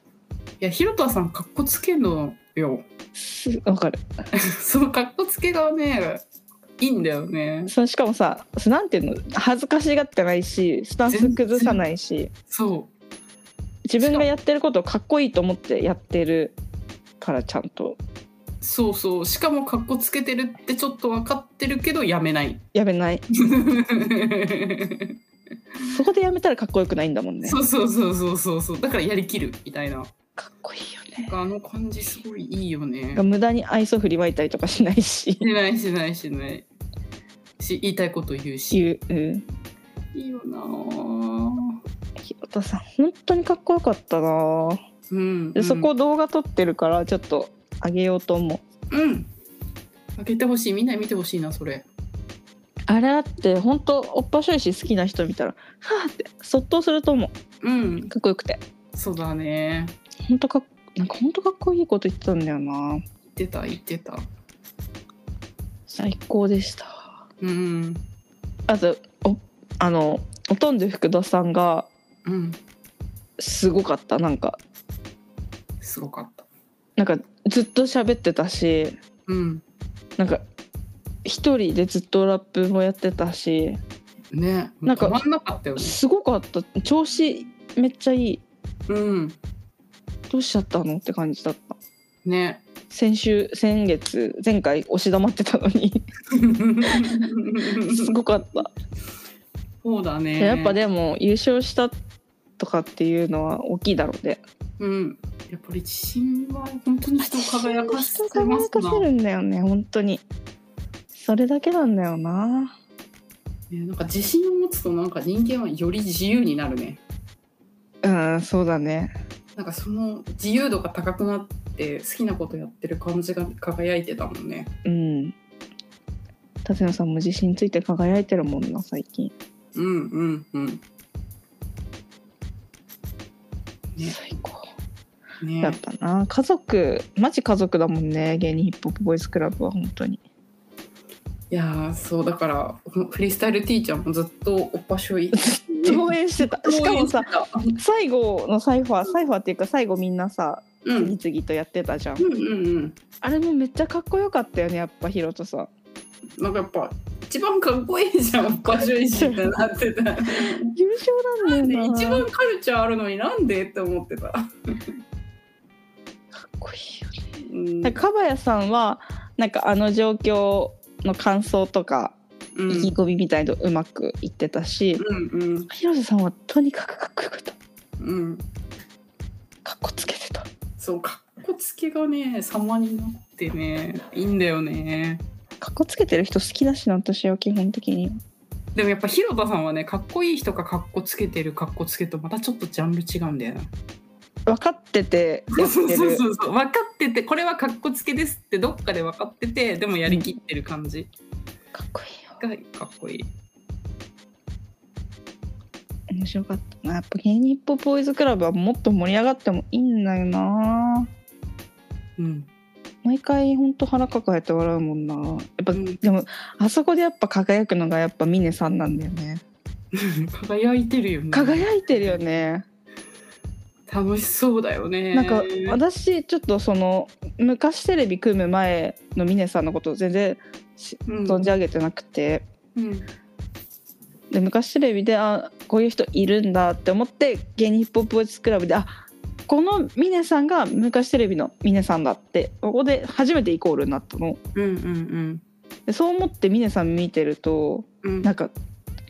や広田さんかっこつけんのよ すわかるそのかっこつけがねいいんだよねそのしかもさそなんていうの恥ずかしがってないしスタンス崩さないしそ自分がやってることをかっこいいと思ってやってるからちゃんとうそうそうしかもかっこつけてるってちょっと分かってるけどやめない やめないそこでやめたらかっこよくないんだもんねそうそうそうそうそうそうだからやりきるみたいなかっこいいよねあの感じすごいいいよね無駄に愛想振りまいたりとかしないししないしないしないし言いたいこと言うしいう、うん、いいよなぁひろたさん本当にかっこよかったなうんでそこ動画撮ってるからちょっとあげようと思ううん開けてほしいみんなに見てほしいなそれあれだって本当おっぱしょいし好きな人見たらはあってそっとすると思ううんかっこよくてそうだね本当かっなんか本当かっこいいこと言ってたんだよな言ってた言ってた最高でしたうんあとおあのほとんど福田さんがうんすごかったなんかすごかったなんかずっと喋ってたしうんなんか一人でずっとラップもやってたしねなんか止まんなかったよねすごかった調子めっちゃいいうんどうしちゃったのって感じだったね先週先月前回押し黙ってたの にすごかった、そうだねやっぱでも優勝したとかっていうのは大きいだろうねうんやっぱり自信は本当に人を輝かせます人を輝かなせるんだよね本当にそれだけなんだよなねなんか自信を持つとなんか人間はより自由になるねうんそうだねなんかその自由度が高くなって好きなことやってる感じが輝いてたもんねうん舘野さんも自信ついて輝いてるもんな最近うんうんうんね最高だねったな家族マジ家族だもんね芸人ヒップホップボーイスクラブは本当にいやーそうだからフリースタイルティーチャーもずっとおっぱしょい応援 してた しかもさ応援して最後のサイファーサイファーっていうか最後みんなさたうん次々とやってたじゃん、うんうんうんあれもめっちゃかっこよかったよねやっぱヒロトさんなんかやっぱ一番かっこいいじゃんおっぱしょいしってなってたで優勝なんだよな一番カルチャーあるのになんでって思ってた、かっこいいよねうんなんかかばやさんはなんかあの状況の感想とかうん意気込みみたいのうまくいってたし、うんうんヒロトさんはとにかくかっこよかったうんかっこつけてたそうかっこつけがね様になってねいいんだよねかっこつけてる人好きだしな私は基本的にでもやっぱ広田さんはねかっこいい人かかっこつけてるかっこつけとまたちょっとジャンル違うんだよな分かっててそやうっそうてそうるそう分かっててこれはかっこつけですってどっかで分かっててでもやりきってる感じかっこいいよがかっこいい面白かったなやっぱ芸人っぽボーイズクラブはもっと盛り上がってもいいんだよなうん毎回ほんと腹抱えて笑うもんなやっぱ、うんでもあそこでやっぱ輝くのがやっぱ峰さんなんだよね輝いてるよね輝いてるよね。楽しそうだよねなんか私ちょっとその昔テレビ組む前の峰さんのこと全然しうん存じ上げてなくて、うんで昔テレビであこういう人いるんだって思って芸人ヒップホップボーイズクラブであこの峰さんが昔テレビの峰さんだってここで初めてイコールになったのうんうんでそう思って峰さん見てるとうん なんか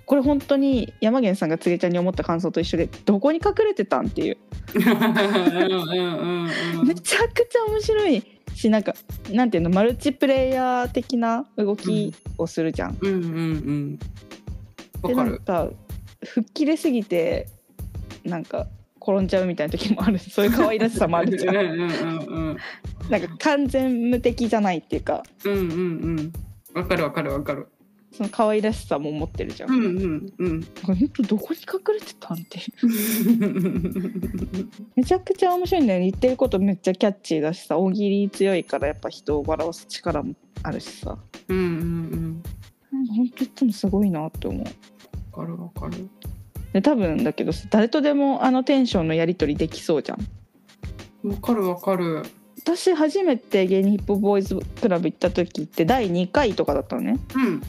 これ本当に山源さんがつげちゃんに思った感想と一緒でどこに隠れてたんっていううんうんうんうんめちゃくちゃ面白いしなんかなんていうのマルチプレイヤー的な動きをするじゃん。うんうんうんでわかなんるか吹っ切れすぎてなんか転んじゃうみたいな時もある しそういう可愛らしさもある じゃん。うんうんうんなんか完全無敵じゃないっていうかうんうんうんうんわかるわかるわかるその可愛らしさも持ってるじゃん。うなんんうんうんか本当どこに隠れてたんっていうめちゃくちゃ面白いんだよね言ってることめっちゃキャッチーだしさ大喜利強いからやっぱ人を笑わす力もあるしさ うんうんなんか本当いつもすごいなって思う。うんわかるわかるで多分だけど誰とでもあのテンションのやり取りできそうじゃんわかるわかる私初めて芸人ヒップボーイズクラブ行った時って第2回とかだったのねうん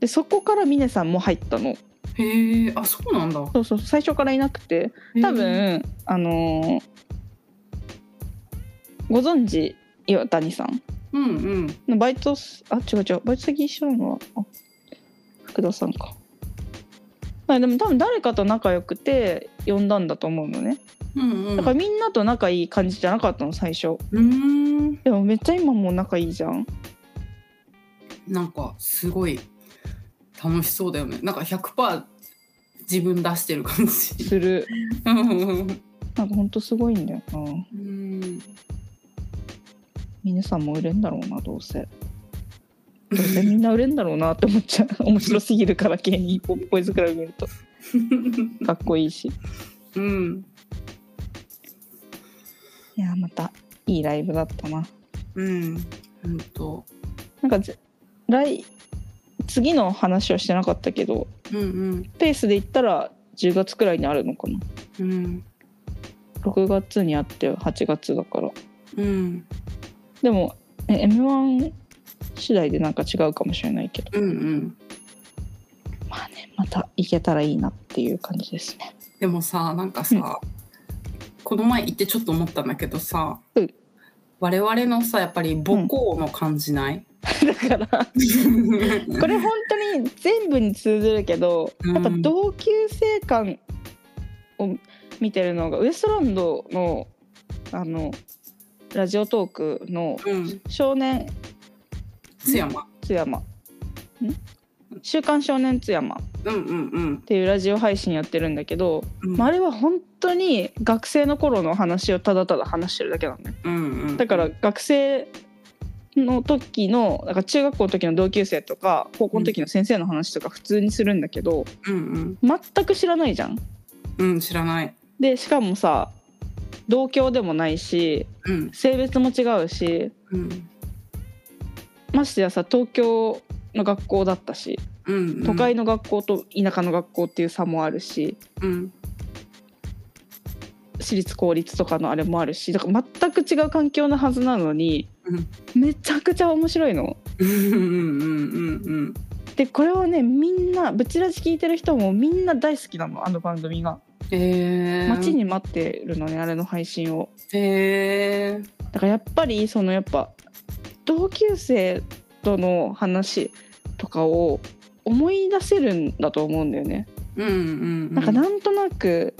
でそこから峰さんも入ったのへえあそうなんだそうそう最初からいなくて多分、へあのーご存知岩谷さんーうんうんのバイトすあ違う違うバイト先一緒なのはあ福田さんかまあでも多分誰かと仲良くて呼んだんだと思うのねうんうんだからみんなと仲いい感じじゃなかったの最初うーんでもめっちゃ今もう仲いいじゃん。なんかすごい楽しそうだよねなんか100%自分出してる感じする。うんなんかほんとすごいんだよな。うん皆さんも売れんだろうな、どうせ。どうせみんな売れんだろうなって思っちゃう。 面白すぎるから、芸人ポッポイズクラブ見ると。かっこいいし。うんいやー、またいいライブだったな。うんほんとなんかぜ、来、次の話はしてなかったけど、うんペースで言ったら10月くらいにあるのかな。うんうん6月にあって8月だから。うんでも、え M1 次第でなんか違うかもしれないけど。うんうんまあね、また行けたらいいなっていう感じです ね。でもさなんかさ、この前行ってちょっと思ったんだけどさ、うん我々のさやっぱり母校の感 じない、だから、これ本当に全部に通ずるけど、うんやっぱ同級生感を見てるのが、ウエストランドの、あの、ラジオトークのうん少年津山津山。ん週刊少年津山っうんうんうんていうラジオ配信やってるんだけど、うんまあ、あれは本当に学生の頃の話をただただ話してるだけなのね。うんうんだから学生の時のなんか中学校の時の同級生とか高校の時の先生の話とか普通にするんだけど、うん全く知らないじゃん。うんうん知らないでしかもさ同郷でもないしうん性別も違うしうんましてやさ東京の学校だったしうんうん都会の学校と田舎の学校っていう差もあるしうん私立公立とかのあれもあるしだから全く違う環境のはずなのにうんめちゃくちゃ面白いの。うんうんうんうんでこれはねみんなブチラジ聞いてる人もみんな大好きなのあの番組がえー、待ちに待ってるのねあれの配信をえー、だからやっぱりそのやっぱ同級生との話とかを思い出せるんだと思うんだよねうんうんなんかなんとなく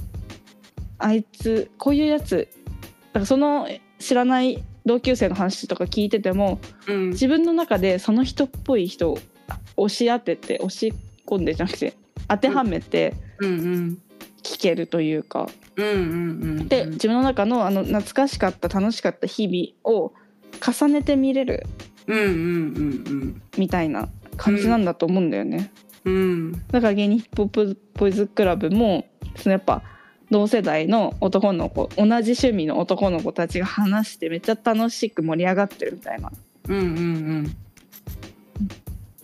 あいつこういうやつだからその知らない同級生の話とか聞いててもうん自分の中でその人っぽい人を押し当てて押し込んでじゃなくて当てはめて、うんうん聞けるというかうんうんうんで自分の中のあの懐かしかった楽しかった日々を重ねて見れるうんうんうんみたいな感じなんだと思うんだよね、うんうんだから芸人ヒップホップボイズクラブもそのやっぱ同世代の男の子同じ趣味の男の子たちが話してめっちゃ楽しく盛り上がってるみたいなうんうんうん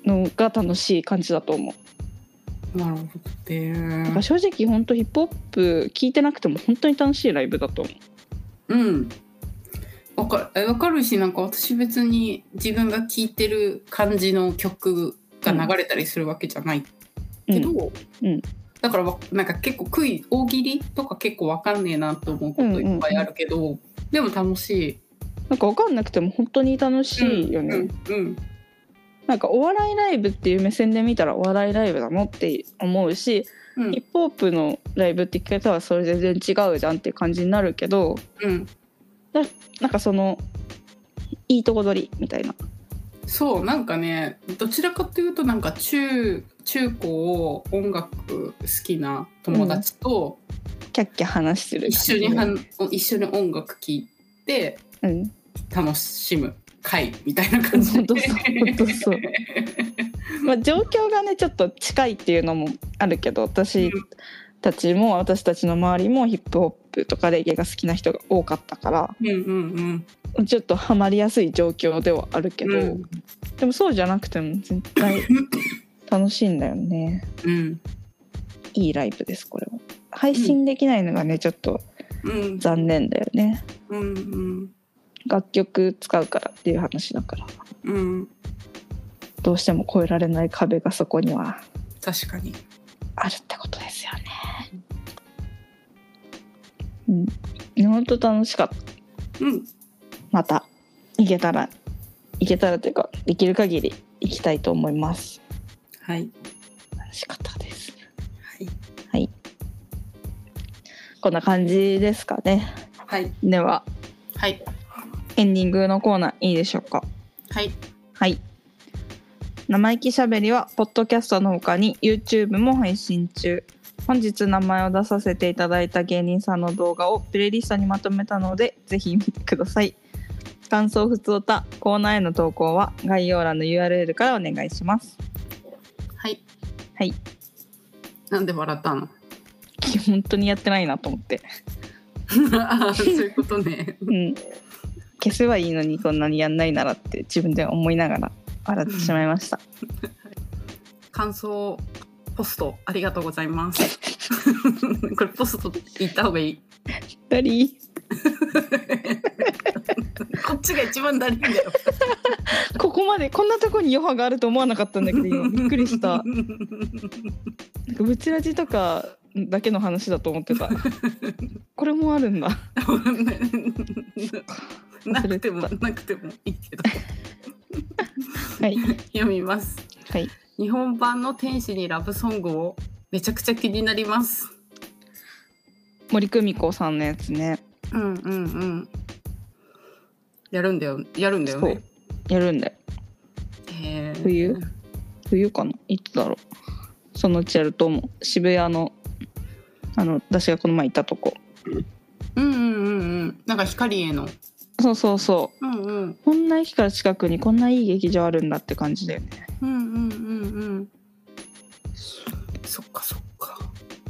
のが楽しい感じだと思うなるほどねだから正直本当ヒップホップ聞いてなくても本当に楽しいライブだと思ううんわかるわかるしなんか私別に自分が聴いてる感じの曲が流れたりするわけじゃないけど、うんうんだからわなんか結構悔い大喜利とか結構わかんねえなと思うこといっぱいあるけど、でも楽しなんか分かんなくても本当に楽いしいよね、うんうんなんかお笑いライブっていう目線で見たらお笑いライブだのって思うし、うんヒップホップのライブって聞けたらそれ全然違うじゃんっていう感じになるけどうんなんかそのいいとこ取りみたいなそうなんかねどちらかというとなんか中中高音楽好きな友達とキャッキャ話してる一緒に,、はん一緒に音楽聴いてうん、楽しむ会みたいな感じ本当そう本当 そうまあ状況がねちょっと近いっていうのもあるけど私たちも私たちの周りもヒップホップとかレゲエが好きな人が多かったから うんうんちょっとハマりやすい状況ではあるけうんど、うんでもそうじゃなくても絶対楽しいんだよねうんいいライブですこれは配信できないのがねちょっとうん残念だよねうんうん楽曲使うからっていう話だからうんどうしても越えられない壁がそこには確かにあるってことですよねうんねほんと楽しかったうんまた行けたら行けたらというかできる限り行きたいと思いますはい楽しかったですはいこんな感じですかねはいでははいエンディングのコーナーいいでしょうかはいはい生意気しゃべりはポッドキャストのほかに YouTube も配信中本日名前を出させていただいた芸人さんの動画をプレイリストにまとめたのでぜひ見てください感想ふつおたコーナーへの投稿は概要欄の URL からお願いしますはいはいなんで笑ったの 本当にやってないなと思ってあーそういうことねうん消せばいいのにこんなにやんないならって自分で思いながら笑ってしまいました感想ポストありがとうございます これポストって言った方がい いダリーこっちが一番だりんだよここまでこんなとこに余波があると思わなかったんだけど今びっくり したなんかブチラジとかだけの話だと思 ってたこれもあるんだなくてもなくてもいいけどはい読みますはい日本版の天使にラブソングをめちゃくちゃ気になります森久美子さんのやつねうんうんうんやるんだよやるんだよそうねやるんだよへー冬冬かないつだろうそのうちやると思う渋谷のあの私がこの前行ったとこうんうんうんうんなんか光へのそうそうそうんうんうこんな駅から近くにこんないい劇場あるんだって感じだよねうんうんうんうんそっかそっか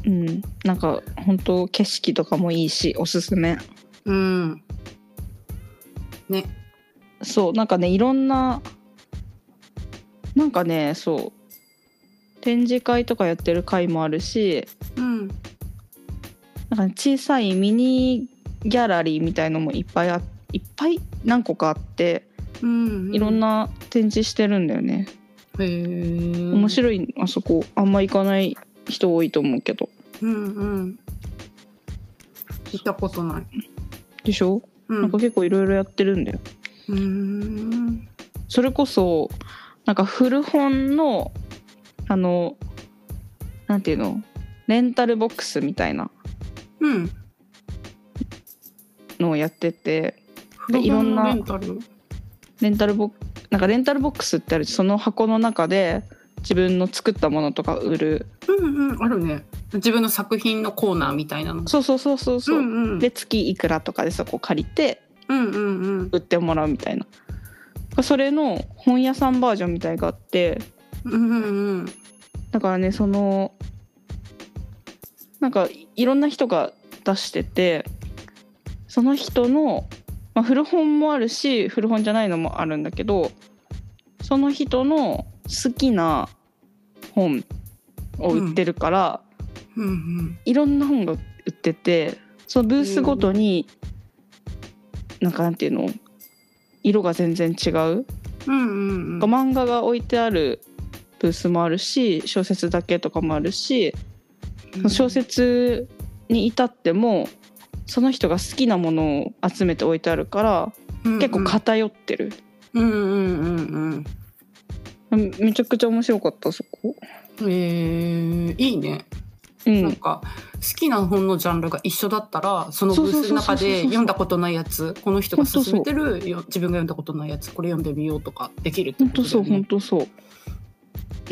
うんなんか本当景色とかもいいしおすすめうんねそうなんかねいろんななんかねそう展示会とかやってる会もあるしうんなんかね小さいミニギャラリーみたいのもいっぱいあいっぱい何個かあってうん、いろんな展示してるんだよね、へー面白いあそこあんま行かない人多いと思うけどうんうん聞いたことないでしょ、うなんんか結構いろいろやってるんだようーんそれこそなんか古本のあのなんていうのレンタルボックスみたいなうんのをやってて古いろん本のなレンタルレンタルボッなんかレンタルボックスってあるしその箱の中で自分の作ったものとか売るうんうんあるね自分の作品のコーナーみたいなのそうそうそうそうそう、うんうんで月いくらとかでそこ借りてうんうんうん売ってもらうみたいなそれの本屋さんバージョンみたいがあってうんうんうんだからねそのなんかいろんな人が出しててその人の、まあ、古本もあるし古本じゃないのもあるんだけどその人の好きな本を売ってるから、うんうんいろんな本が売っててそのブースごとに、なんかなんていうの色が全然違う、うんうんうん漫画が置いてあるブースもあるし小説だけとかもあるし、その小説に至ってもその人が好きなものを集めて置いてあるから結構偏ってる、うんうんうんうんめちゃくちゃ面白かったそこ。うんえー、いいね、うなんん、か好きな本のジャンルが一緒だったらそのブースそうそうの中そうそうそうで読んだことないやつこの人が勧めてるよ自分が読んだことないやつこれ読んでみようとかできるって本こと当だそよう本ね当そう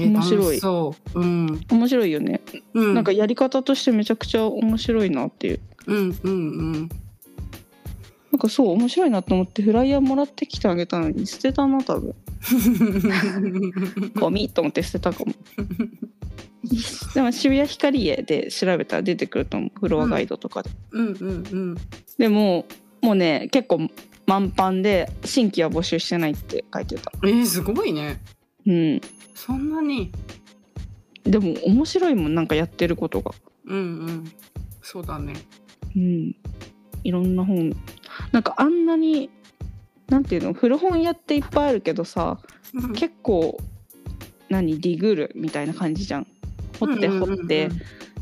えー面白い楽しそううん面白いよね、うんなんかやり方としてめちゃくちゃ面白いなっていううんうんなんかそう面白いなと思ってフライヤーもらってきてあげたのに捨てたな多分うんゴミと思って捨てた かもでも渋谷光家で調べたら出てくると思うフロアガイドとかで、うんうんうんでももうね結構満帆で新規は募集してないって書いてたえー、すごいねうんそんなにでも面白いもんなんかやってることがうんうんそうだねうんいろんな本なんかあんなになんていうの古本屋っていっぱいあるけどさうん結構何リグルみたいな感じじゃん掘って掘って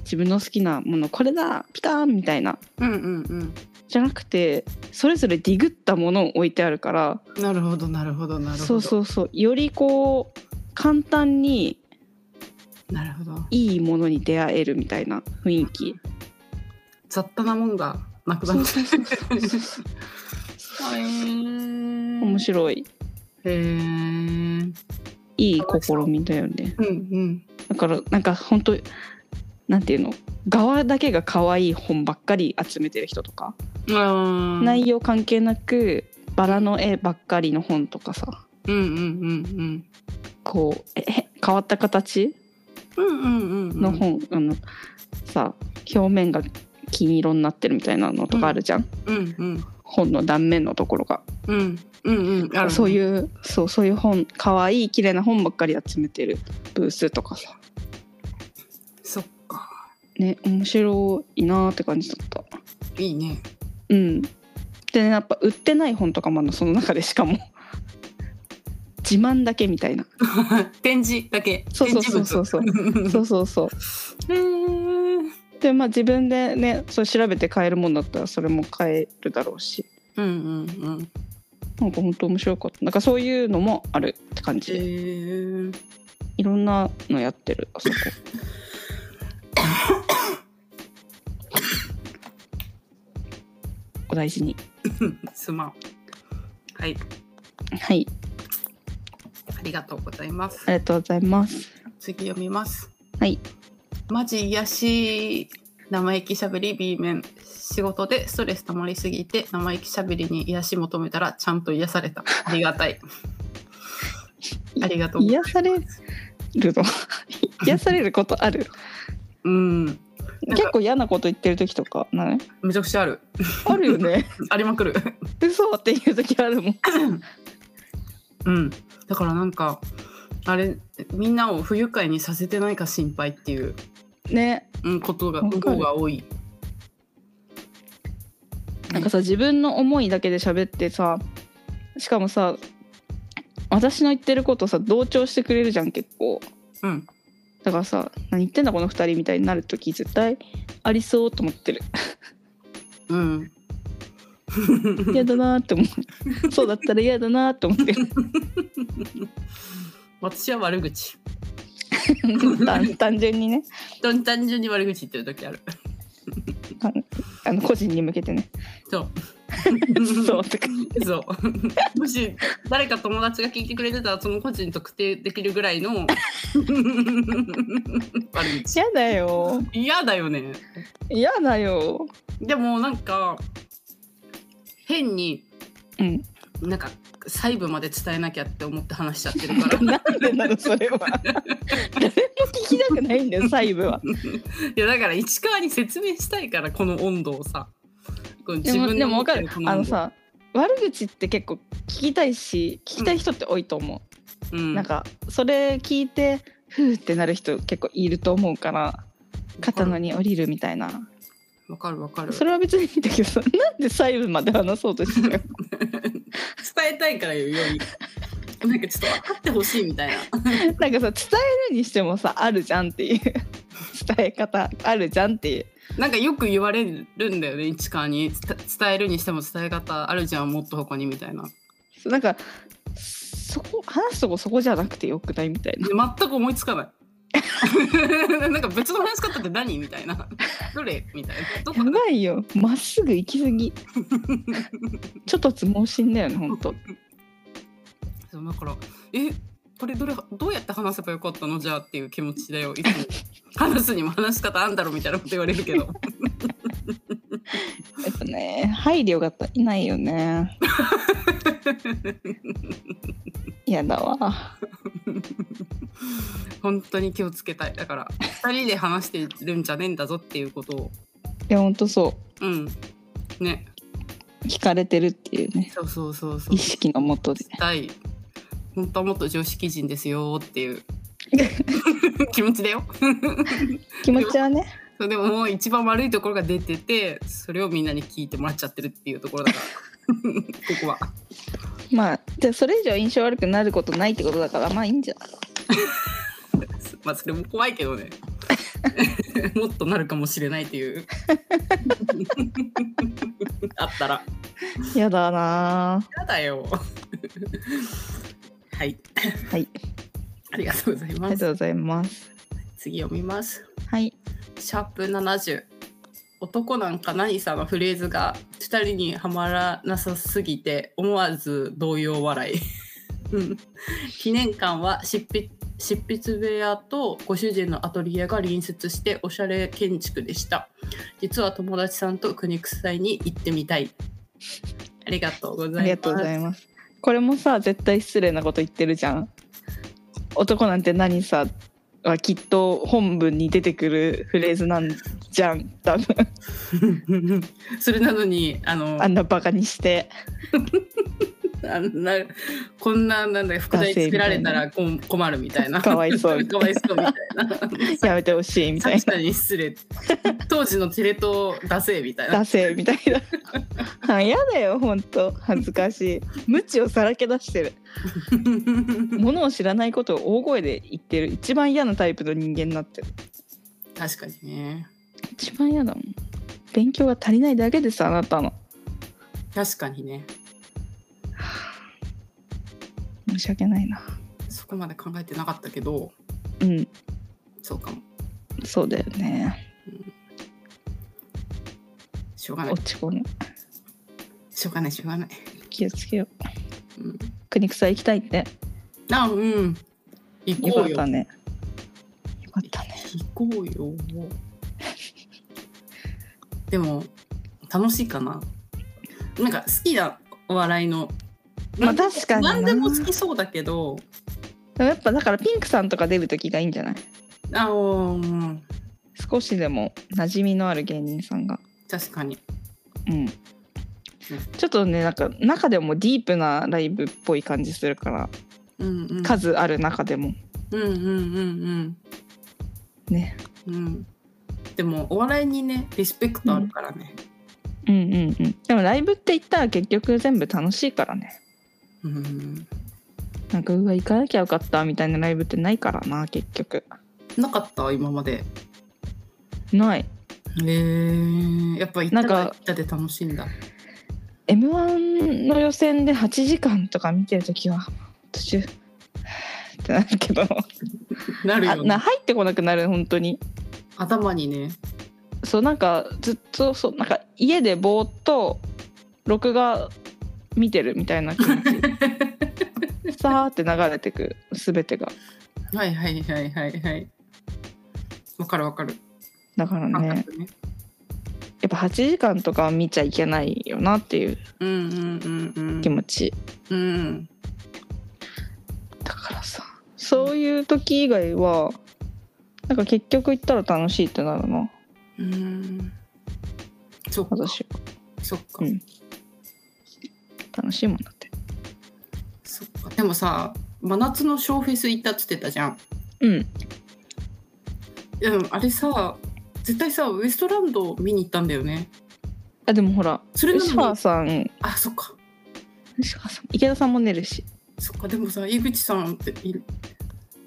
自分の好きなものこれだピターンみたいなうんうんうんじゃなくてそれぞれディグったものを置いてあるからなるほどなるほどなるほどそうそうそうよりこう簡単になるほどいいものに出会えるみたいな雰囲気雑多なもんがなくなっちゃうへー面白いへーいい試みだよねうんうんだからなんか本当なんていうの側だけが可愛い本ばっかり集めてる人とか、あー内容関係なくバラの絵ばっかりの本とかさうんうんうんこうえへ変わった形うんうんうんうんの本、あのさ表面が金色になってるみたいなのとかあるじゃん、うんうん本の断面のところがうんうんうんあるそういうそうそういう本かわいい綺麗な本ばっかり集めてるブースとかさそっかね面白いなーって感じだったいいね うんでねやっぱ売ってない本とかもあるのその中でしかも 自慢だけみたいな展示だけそうそうそうそう展示物そうそうそうへーでまあ自分でねそう調べて買えるもんだったらそれも買えるだろうしうんうんうんなんか本当面白かったなんかそういうのもあるって感へじーいろんなのやってるあそこお大事にすまんはいはいありがとうございますありがとうございます次読みますはいマジ癒やしい生意気しゃべり B 面仕事でストレス溜まりすぎて生意気しゃべりに癒やし求めたらちゃんと癒されたありがたいありがとう癒される の癒されることあるうんなん結か構嫌なこと言ってる時とかないめちゃくちゃあるあるよねありまくる 嘘っていう時あるもんうんだからなんかあれみんなを不愉快にさせてないか心配っていう、ねうん、ことがわか向るこうが多いなんかさ自分の思いだけで喋ってさしかもさ私の言ってることさ同調してくれるじゃん結構うんだからさ何言ってんだこの2人みたいになる時絶対ありそうと思って るうん嫌だなーって思うそうだったら嫌だなーって思って る 私は悪口単単純にね単純に悪口言ってる時あるあの個人に向けてねそう そうとかそう もし誰か友達が聞いてくれてたらその個人特定できるぐらい の悪口嫌だよ嫌だよね嫌だよでもなんか変にうんなんか細部まで伝えなきゃって思って話しちゃってる からなんでなのそれは誰も聞きたくないんだよ細部はいやだから市川に説明したいからこの温度をさこのでもでも持わってかるこのあの温度さ悪口って結構聞きたいし聞きたい人って多いと思う、うん、なんかそれ聞いてふーってなる人結構いると思うから肩のに降りるみたいなわかるわかるそれは別にいいんだけどさなんで細部まで話そうとして たよ伝えたいから言うようになんかちょっと分かってほしいみたいななんかさ伝えるにしてもさあるじゃんっていう伝え方あるじゃんっていうなんかよく言われるんだよね市川につた伝えるにしても伝え方あるじゃんもっと他にみたいなそうなんかそこ話すとこそこじゃなくてよくないみたい なで全く思いつかない なんか別の話し方って何みたいなどれみたいなどこやばいよまっすぐ行き過ぎちょっとつ盲信だよねほんとそうだからえこれどれどうやって話せばよかったのじゃあっていう気持ちだよいつも話すにも話し方あんだろみたいなこと言われるけど やっぱね配慮が足りないよね嫌だわ本当に気をつけたいだから2人で話してるんじゃねえんだぞっていうことをいやほんとそうんねう聞かれてるっていうねそうそうそうそう意識のもとでしたい本当はもっと常識人ですよっ ていう気持ちだよ気持ちはねそうでももう一番悪いところが出ててそれをみんなに聞いてもらっちゃってるっていうところだから ここはまあじゃあそれ以上印象悪くなることないってことだからまあいいんじゃないまあそれも怖いけ どねもっとなるかもしれないっていうあったらやだなやだよはいはいありがとうございあまりがとうすございます次読みますはいシャープ70男なんか何さのフレーズが2人にはまらなさすぎて思わず動揺笑いうん記念館は執筆執筆部屋とご主人のアトリエが隣接しておしゃれ建築でした実は友達さんと国草祭に行ってみたいありがとうございますありがとうございますこれもさ絶対失礼なこと言ってるじゃん男なんて何さはきっと本文に出てくるフレーズなんじゃん多分 それなのにあのあんなバカにしてあんなこんななんだ副題作られたらこん困るみたいなかわいそう かわいそうみたいなやめてほしいみたい確かに失礼当時のテレ東ダセーみたいな出なせみたい なはやだよほんと恥ずかしい無知をさらけ出してるものを知らないことを大声で言ってる一番嫌なタイプの人間になってる確かにね一番嫌だもん勉強が足りないだけですあなたの確かにね申し訳ないなそこまで考えてなかったけどうんそうかもそうだよねしょうがない落ち込むしょうがないしょうがない、気をつけよううん、国草行きたいってあうん行よこかっうよたねよかったね行こうよ でも楽しいかななんか好きなお笑いのまあ確かにな何でも好きそうだけどでもやっぱだからピンクさんとか出る時がいいんじゃないあうん少しでも馴染みのある芸人さんが確かにうんちょっとねなんか中でもディープなライブっぽい感じするから、うんうん数ある中でもうんうんうんねうんうんでもお笑いにねリスペクトあるからね、うんうんうんでもライブって言ったら結局全部楽しいからねうんなんかうわ行かなきゃよかったみたいなライブってないからな結局なかった今までないへえやっぱ行っなたらん行かったで楽しいんだ m 1の予選で8時間とか見てる時は途中ってなるけどなるあよねな入ってこなくなる本当に頭にねそうなんかずっとそうなんか家でぼーっと録画見てるみたいな気持ちさーって流れてく全てがはいはいはいはいはい。わかるわかる。だから感 ね覚ね。やっぱ8時間とかは見ちゃいけないよなっていううんうんうんうん。気持ちうん。だからさそういう時以外はなんか結局行ったら楽しいってなるなうん。そっか。私はそっう。かん楽しいもんだってそっか。でもさ、真夏のショーフェス行ったっつってたじゃん。うんいやでもあれさ絶対さウエストランド見に行ったんだよねあでもほらそれな吉の川にさんあそっか吉川さん池田さんも寝るしそっかでもさ井口さんっている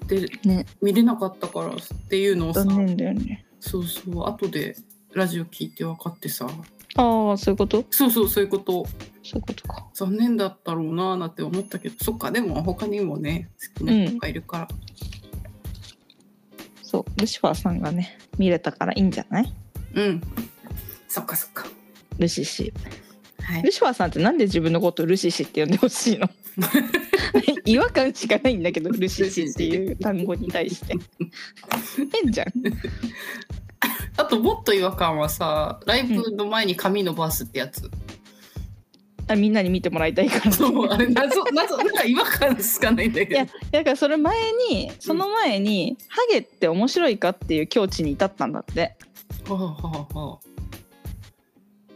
でね見れなかったからっていうのをさ残念だよねそうそう後でラジオ聞いて分かってさああそういうことそうそうそういうことそういうことか残念だったろうなーなんて思ったけどそっかでも他にもね好きな人がいるから、そうルシファーさんがね見れたからいいんじゃないうん、そっかそっかルシシはいルシファーさんってなんで自分のことをルシシって呼んでほしい の違和感しかないんだけどルシシっていう単語に対して変じゃんあともっと違和感はさライブの前に髪伸ばすってやつ、あみんなに見てもらいたいからそうあれ 謎謎なんか違和感しかないんいだけどやだからそれ前にその前に、ハゲって面白いかっていう境地に至ったんだってはあはあは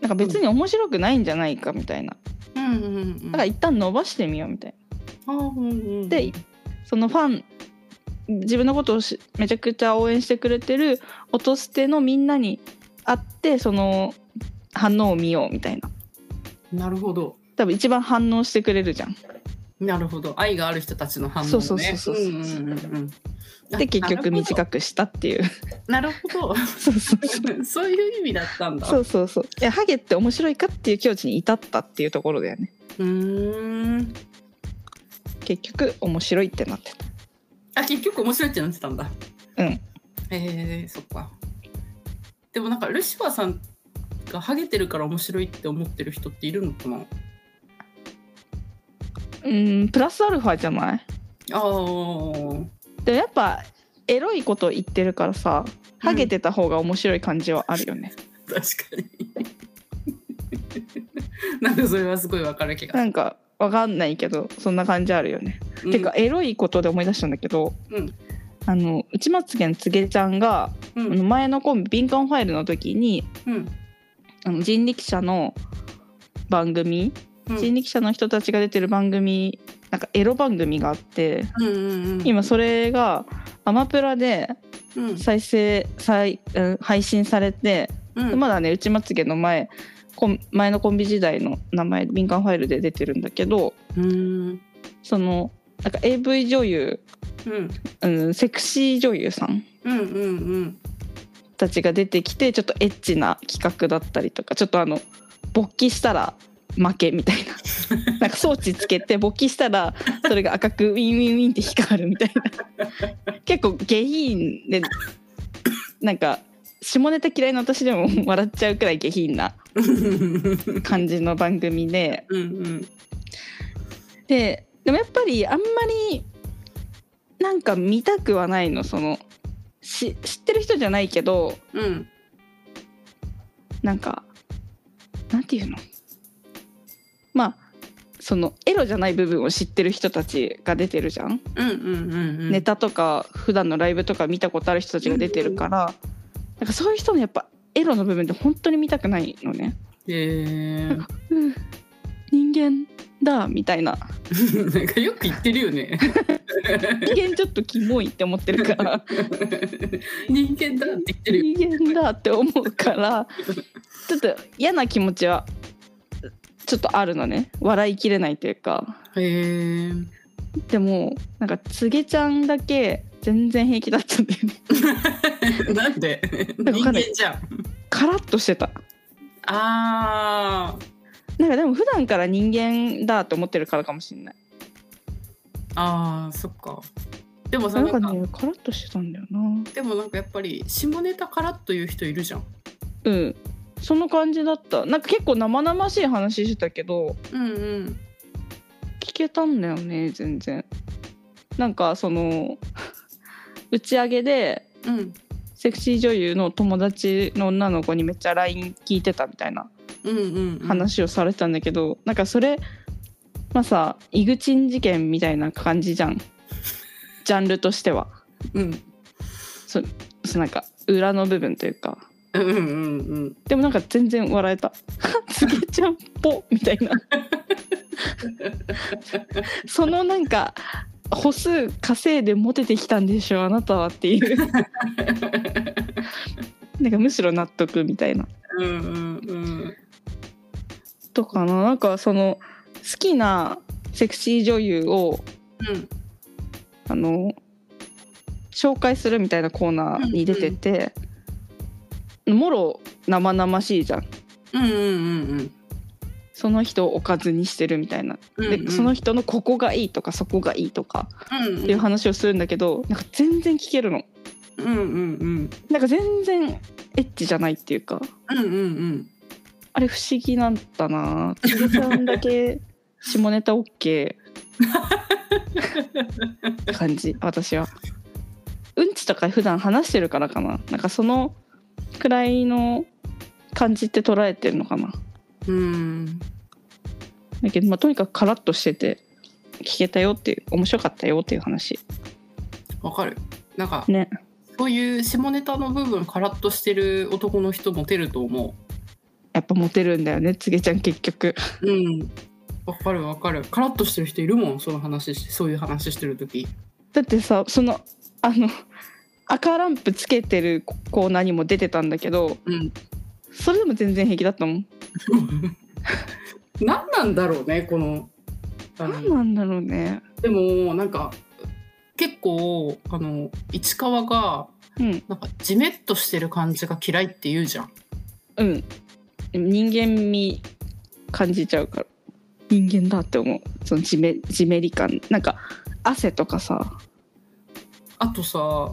なんか別に面白くないんじゃないかみたいなあうんうんうんだから一旦伸ばしてみようみたいあーうんうんうんなでそのファン自分のことをしめちゃくちゃ応援してくれてる音捨てのみんなに会ってその反応を見ようみたいななるほど多分一番反応してくれるじゃんなるほど愛がある人たちの反応ねそうそうそうそううんうんうんうんあで結局短くしたっていうなるほどなるそうそうそうほど そういう意味だったんだそうそうそういやハゲって面白いかっていう境地に至ったっていうところだよねうーん結局面白いってなってたあ結局面白いってなってたんだうんえー、そっかでもなんかルシファーさんがハゲてるから面白いって思ってる人っているのかなうーんプラスアルファじゃないあーでもやっぱエロいこと言ってるからさハゲてた方が面白い感じはあるよね、確かに なんかそれはすごいわかる気がなんかわかんないけどそんな感じあるよね、うんてかエロいことで思い出したんだけど、うんあの内松家のつげちゃんが、うあのん前のコンビ「敏感ファイル」の時にうんあの人力車の番組、うん人力車の人たちが出てる番組なんかエロ番組があってうんうんうん今それがアマプラでうん再生再、うん、配信されて、うんまだね内まつげの前コン前のコンビ時代の名前敏感ファイルで出てるんだけどうんそのなんか AV 女優、うんうん、セクシー女優さんうんうんたちが出てきてちょっとエッチな企画だったりとかちょっとあの勃起したら負けみたいななんか装置つけて勃起したらそれが赤くウィンウィンウィンって光るみたいな結構下品でなんか下ネタ嫌いな私でも笑っちゃうくらい下品なうん感じの番組でうんうんででもやっぱりあんまりなんか見たくはないのそのし知ってる人じゃないけどうんなんかなんていうのまあそのエロじゃない部分を知ってる人たちが出てるじゃん、うんうんうんネタとか普段のライブとか見たことある人たちが出てるから、なんかそういう人のやっぱエロの部分って本当に見たくないのねへー うん人間だみたいななんかよく言ってるよね人間ちょっとキモいって思ってるから 人間だって言ってるよ人間だって思うから ちょっと嫌な気持ちはちょっとあるのね笑いきれないというか。へえでもなんかつげちゃんだけ全然平気だったんだよね なんでなんかわかん人間ないじゃんカラッとしてたあーなんかでも普段から人間だと思ってるからかもしれないあーそっかでもさななんんかかねカラッとしてたんだよなでもなんかやっぱり下ネタからという人いるじゃんうんその感じだったなんか結構生々しい話してたけどうんうん聞けたんだよね全然なんかその 打ち上げでうんセクシー女優の友達の女の子にめっちゃ LINE 聞いてたみたいなうんうんうん話をされてたんだけど、なんかそれまあさイグチン事件みたいな感じじゃんジャンルとしてはうんそうなんか裏の部分というかうんうんうんでもなんか全然笑えた 「つげちゃんっ ぽ」みたいなそのなんか歩数稼いでモテてきたんでしょあなたはっていうなんかむしろ納得みたいなうんうんうんとかななんかその好きなセクシー女優をうんあの紹介するみたいなコーナーに出てて、もろ生々しいじゃんうんうんうんその人をおかずにしてるみたいなうんで、うんその人のここがいいとかそこがいいとかうんうっんていう話をするんだけどなんか全然聞けるのうんうんなんか全然エッチじゃないっていうかうんうんうんあれ不思議なんだなつぶちゃんだけ下ネタ OK 感じ私はうんちとか普段話してるからかななんかそのくらいの感じって捉えてるのかなうんだけど、まあ、とにかくカラッとしてて聞けたよっていう面白かったよっていう話わかるなんかねそういう下ネタの部分カラッとしてる男の人モテると思やっぱモテるんだよねつげちゃん結局ううんわかるわかるカラッとしてる人いるもんその話してそういう話してる時 だってさそのあの赤ランプつけてるコーナーにも出てたんだけどうんそれでも全然平気だったもん何なんだろうねこのあの何なんだろうねでもなんか結構あの市川がうんなんかジメッとしてる感じが嫌いって言うじゃんうん人間味感じちゃうから人間だって思うそのじめじめり感なんか汗とかさあとさ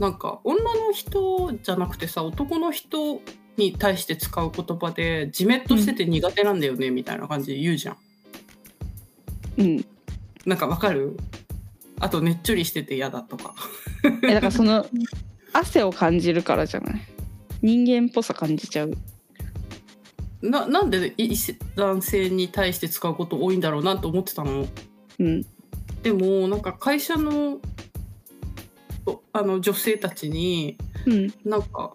なんか女の人じゃなくてさ男の人に対して使う言葉でジメッとしてて苦手なんだよね、みたいな感じで言うじゃんうんなんかわかるあとねっちょりしてて嫌だとかえだからそ の汗を感じるからじゃない人間っぽさ感じちゃうななんでい男性に対して使うこと多いんだろうなと思ってたのうんでもなんか会社のおあの女性たちにうんなんか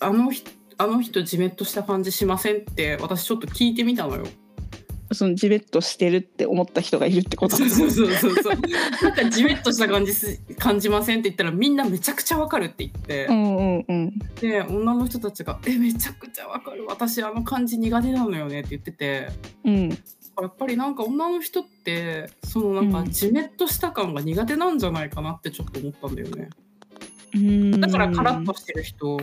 あの人あの人ジメッとした感じしませんって私ちょっと聞いてみたのよ。そのじめっとしてるって思った人がいるってこと そうそうそうそうそう。なんかジメッとした感じす感じませんって言ったらみんなめちゃくちゃわかるって言って、うんうんうんで女の人たちが「えめちゃくちゃわかる私あの感じ苦手なのよね」って言っててうんやっぱりなんか女の人ってそのなんうかんジメッとした感が苦手なんじゃないかなってちょっと思ったんだよね。うんだからカラッとしてる人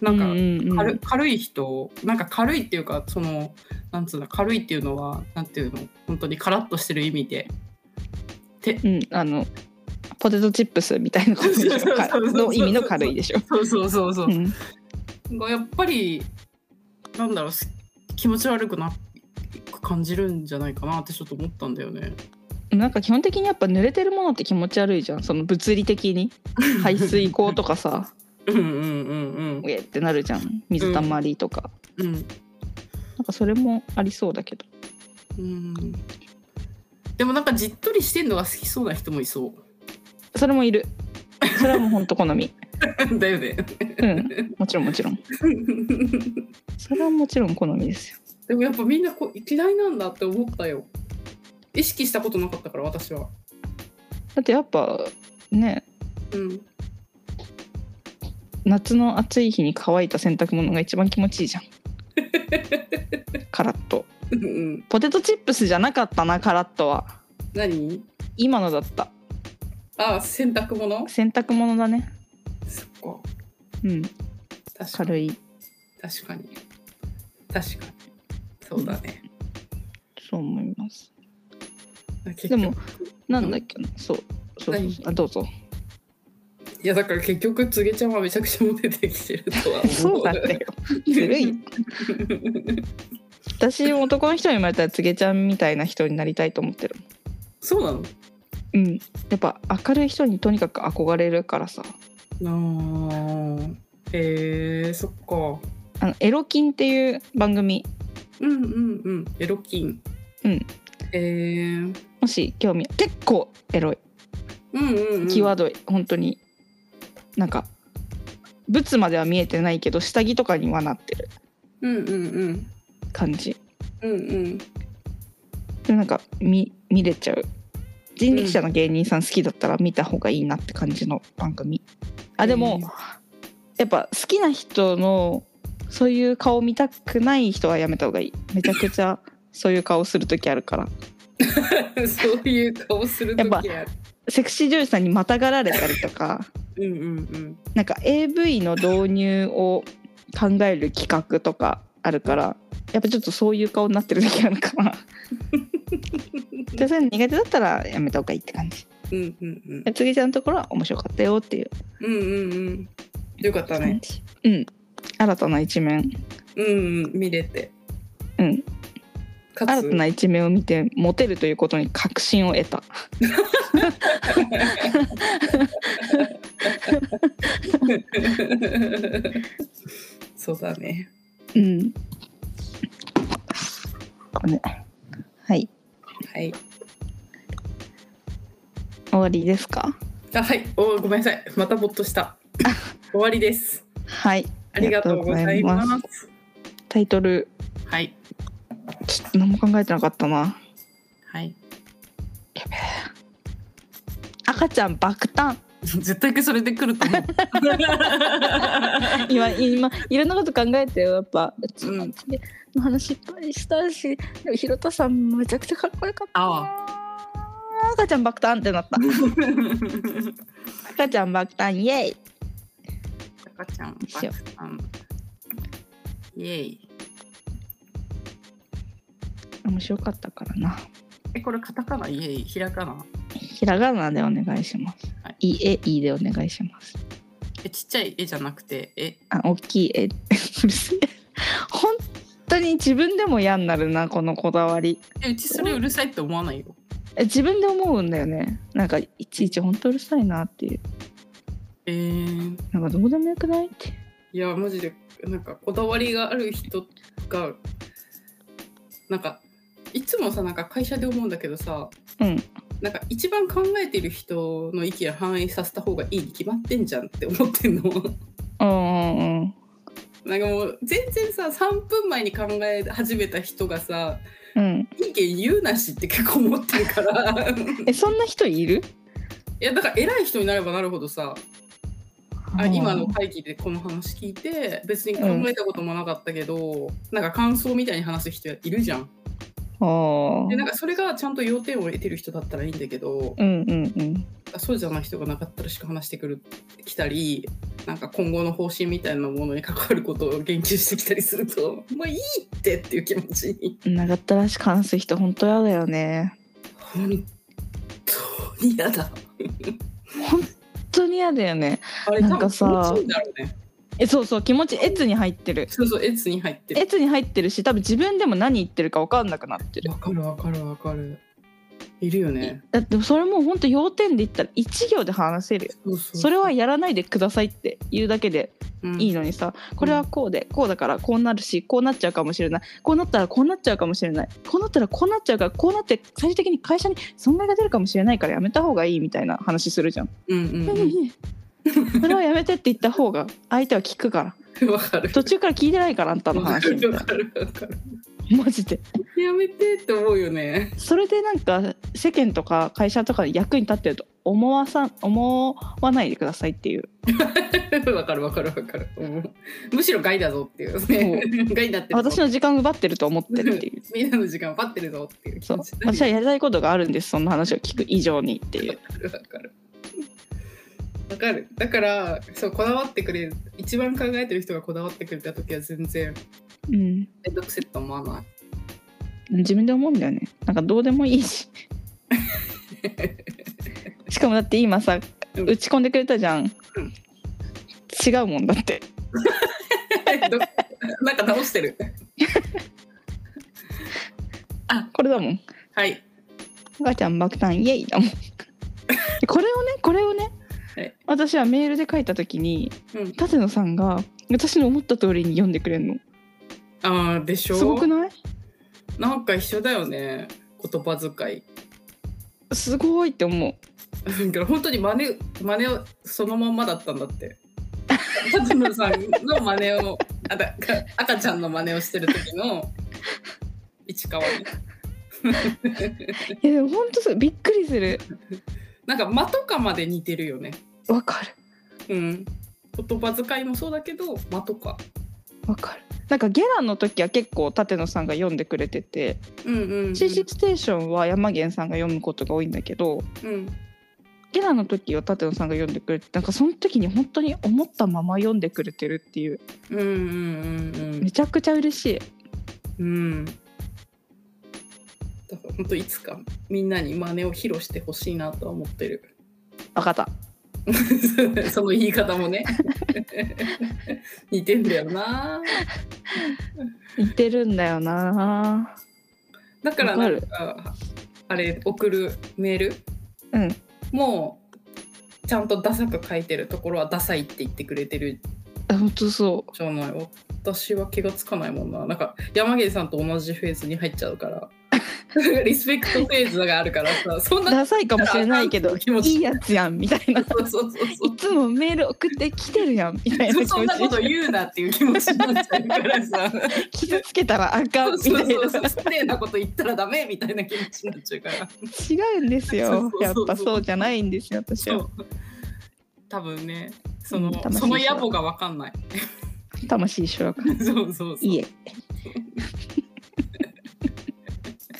なんか、軽軽軽い人なんか軽いっていうかそのなんつうの軽いっていうのはなんていうの本当にカラッとしてる意味でうんあのポテトチップスみたいなことでしそうそうょそうかそうの意味の軽いでしょそうそうそうそうう、んがやっぱりなんだろうす気持ち悪くなく感じるんじゃないかなってちょっと思ったんだよねなんか基本的にやっぱ濡れてるものって気持ち悪いじゃんその物理的に排水口とかさうんうんうんうんウえってなるじゃん水たまりとか、うんなんかそれもありそうだけどうんでもなんかじっとりしてんのが好きそうな人もいそそれもいるそれはもうほんと好みう だよねうんもちろんもちろんそれはもちろん好みですよ でもやっぱみんなこう嫌いなんだって思ったよ意識したことなかったから私はだってやっぱねうん夏の暑い日に乾いた洗濯物が一番気持ちいい じゃんカラッとうんポテトチップスじゃなかったなカラッとは何今のだったあ洗濯物洗濯物だねそっかうん確かに軽い確かに確かにそうだね、そう思います結で局もなんだっけなそうそうそうそうあどう ぞいやだから結局つげちゃんはめちゃくちゃモテてきてるとは思うそうだってよずるい私男の人に生まれたらつげちゃんみたいな人になりたいと思ってるそうなのうんやっぱ明るい人にとにかく憧れるからさなあえー、そっかあのエロキンっていう番組うんうんうんエロキンうんえー、もし興味結構エロいうんうん、うん、キーワード、本当になんかブツまでは見えてないけど下着とかにはなってるうんうんうん感じうんうんでなんか見見れちゃう人力車の芸人さん好きだったら見た方がいいなって感じの番組あでも、えーやっぱ好きな人のそういう顔見たくない人はやめた方がいいめちゃくちゃそういう顔する時あるから そういう顔する時ある。セクシー女優さんにまたがられたりとかうんうんなんか AV の導入を考える企画とかあるからやっぱちょっとそういう顔になってる時あるから うん。でそういうの苦手だったらやめた方がいいって感じうんうんうん。つぎちゃんのところは面白かったよっていううんうんうん。よかった感ね。じ、うん新たな一面うんうん、見れて。うんかつ新たな一面を見てモテるということに確信を得た そうだね。うんこれねはいはい。終わりですかあ、はい。おごめんなさい。またぼっとした。終わりです。はいありがとうございまありがとうす。タイトルはい。ちょっと何も考えてなかったなはい。赤ちゃん爆 誕絶対それで来ると 思う。今今いろんなこと考えてよやっぱううんの話いっぱいしたしでもひろたさんめちゃくちゃかっこよかったな赤ちゃん爆誕ってなった赤ちゃん爆誕イエイ赤ちゃん、一緒バクさん。イエイ。面白かったからなえ、これカタカナイエイ、ひらかな。ひらがなでお願いしますはいいいえいいでお願いしますえ、ちっちゃい絵じゃなくて、え、あ大きいえ うるせえ本当に自分でも嫌になるなこのこだわりえうちそれうるさいって思わないよ。え自分で思うんだよねなんかいちいち本当うるさいなっていうえー、なんかどうでもよくないっていや、マジで、なんかこだわりがある人が、なんか、いつもさ、なんか会社で思うんだけどさ、うんなんか一番考えてる人の意見を反映させた方がいいに決まってんじゃんって思ってんの。 うんうんうんなんかもう全然さ3分前に考え始めた人がさうん、意見言うなしって結構思ってるからいえそんな人いるやだから偉い人になればなるほどさあ今の会議でこの話聞いて別に考えたこともなかったけど、なんか感想みたいに話す人いるじゃんあーでなんかそれがちゃんと要点を得てる人だったらいいんだけど、うんうんうんそうじゃない人がなかったらしか話してくるきたりなんか今後の方針みたいなものに関わることを言及してきたりするともういいってっていう気持ちに。長ったらしく話す人本当やだよね本当に嫌だ。本当に嫌だよねあれなんかさ多分気持ちいいんだろうね。えそうそう気持ちエツに入ってるそうそう、エツに入ってエる。ツに入ってるし多分自分でも何言ってるか分かんなくなってるわかるわかるわかる。いるよね。だってそれも本当要点で言ったら1行で話せるよそうそうそれはやらないでくださいって言うだけでいいの。のにさこれはこうでこうだからこうなるしこうなっちゃうかもしれないこうなったらこうなっちゃうかもしれないこうなったらこうなっちゃうからこうなって最終的に会社に損害が出るかもしれないからやめた方がいいみたいな話するじゃん。 うんうんいやいやいやそれはやめてって言った方が相手は聞くからうん。わかる。途中から聞いてないからあんたのわか話 みたいるわなかるわかる。マジでやめてって思うよね。それでなんか世間とか会社とかで役に立ってると思わさん思わないでくださいっていう わかるわかるわかる。うんむしろ害だぞっていうね。 害になってるぞ。私の時間を奪ってると思ってるっていうみんなの時間を奪ってるぞっていう気 そう持ち。私はやりたいことがあるんですそんな話を聞く以上にっていうわか るわかる。わかる。だから、そう、こだわってくれる。一番考えてる人がこだわってくれた時は全然うんめんどくせって思わない。 自分で思うんだよねなんかどうでもいいし しかもだって今さうん打ち込んでくれたじゃん、うん違うもんだってどなんか直してる。あ、これだもんはい。赤ちゃん爆誕イエイ だもんこれをねこれをね、はい私はメールで書いた時にうん、舘野さんが私の思った通りに読んでくれるのあーでしょすごくないなんか一緒だよね。言葉遣い。すごいって思うだから本当に真似、真似をそのまんまだったんだって。勝野さんの真似を、あだ赤ちゃんの真似をしてる時の市川ね。いやでも本当そうびっくりするなんか間とかまで似てるよね。わかるうん。言葉遣いもそうだけど、間とか。わかるなんかゲラの時は結構舘野さんが読んでくれててうんうん、う「ん。 CC ステーション」は山源さんが読むことが多いんだけどうん。ゲラの時は舘野さんが読んでくれてなんかその時に本当に思ったまま読んでくれてるっていううんうんめちゃくちゃ嬉しいうんうん。だから本当いつかみんなに真似を披露してほしいなとは思ってる。わかった その言い方もね。似てんだよな。似てるんだよなだかわらかなんるかあれ送るメールうんもうちゃんとダサく書いてるところはダサいって言ってくれてるあ本当そじゃない私は気がつかないもんななんか山岸さんと同じフェーズに入っちゃうから リスペクトフェーズがあるからさそんうなダサいかもしれないけど気持いちいやつやんみたいないそうそうそうそうつもメール送ってきてるやんみたいな気そんなこ持とち言うなっていう気持ちになっちゃうか らさ傷つけたらあかそんうみたいなそうそうそう失礼なこと言ったらダメみたいな気持ちになっちゃうから違うんですよそうそうやっそうそうぱそうじゃないんですよ私そはう多分ねその、うん魂その野暮が分かんない 魂一緒だからそうそうそういえ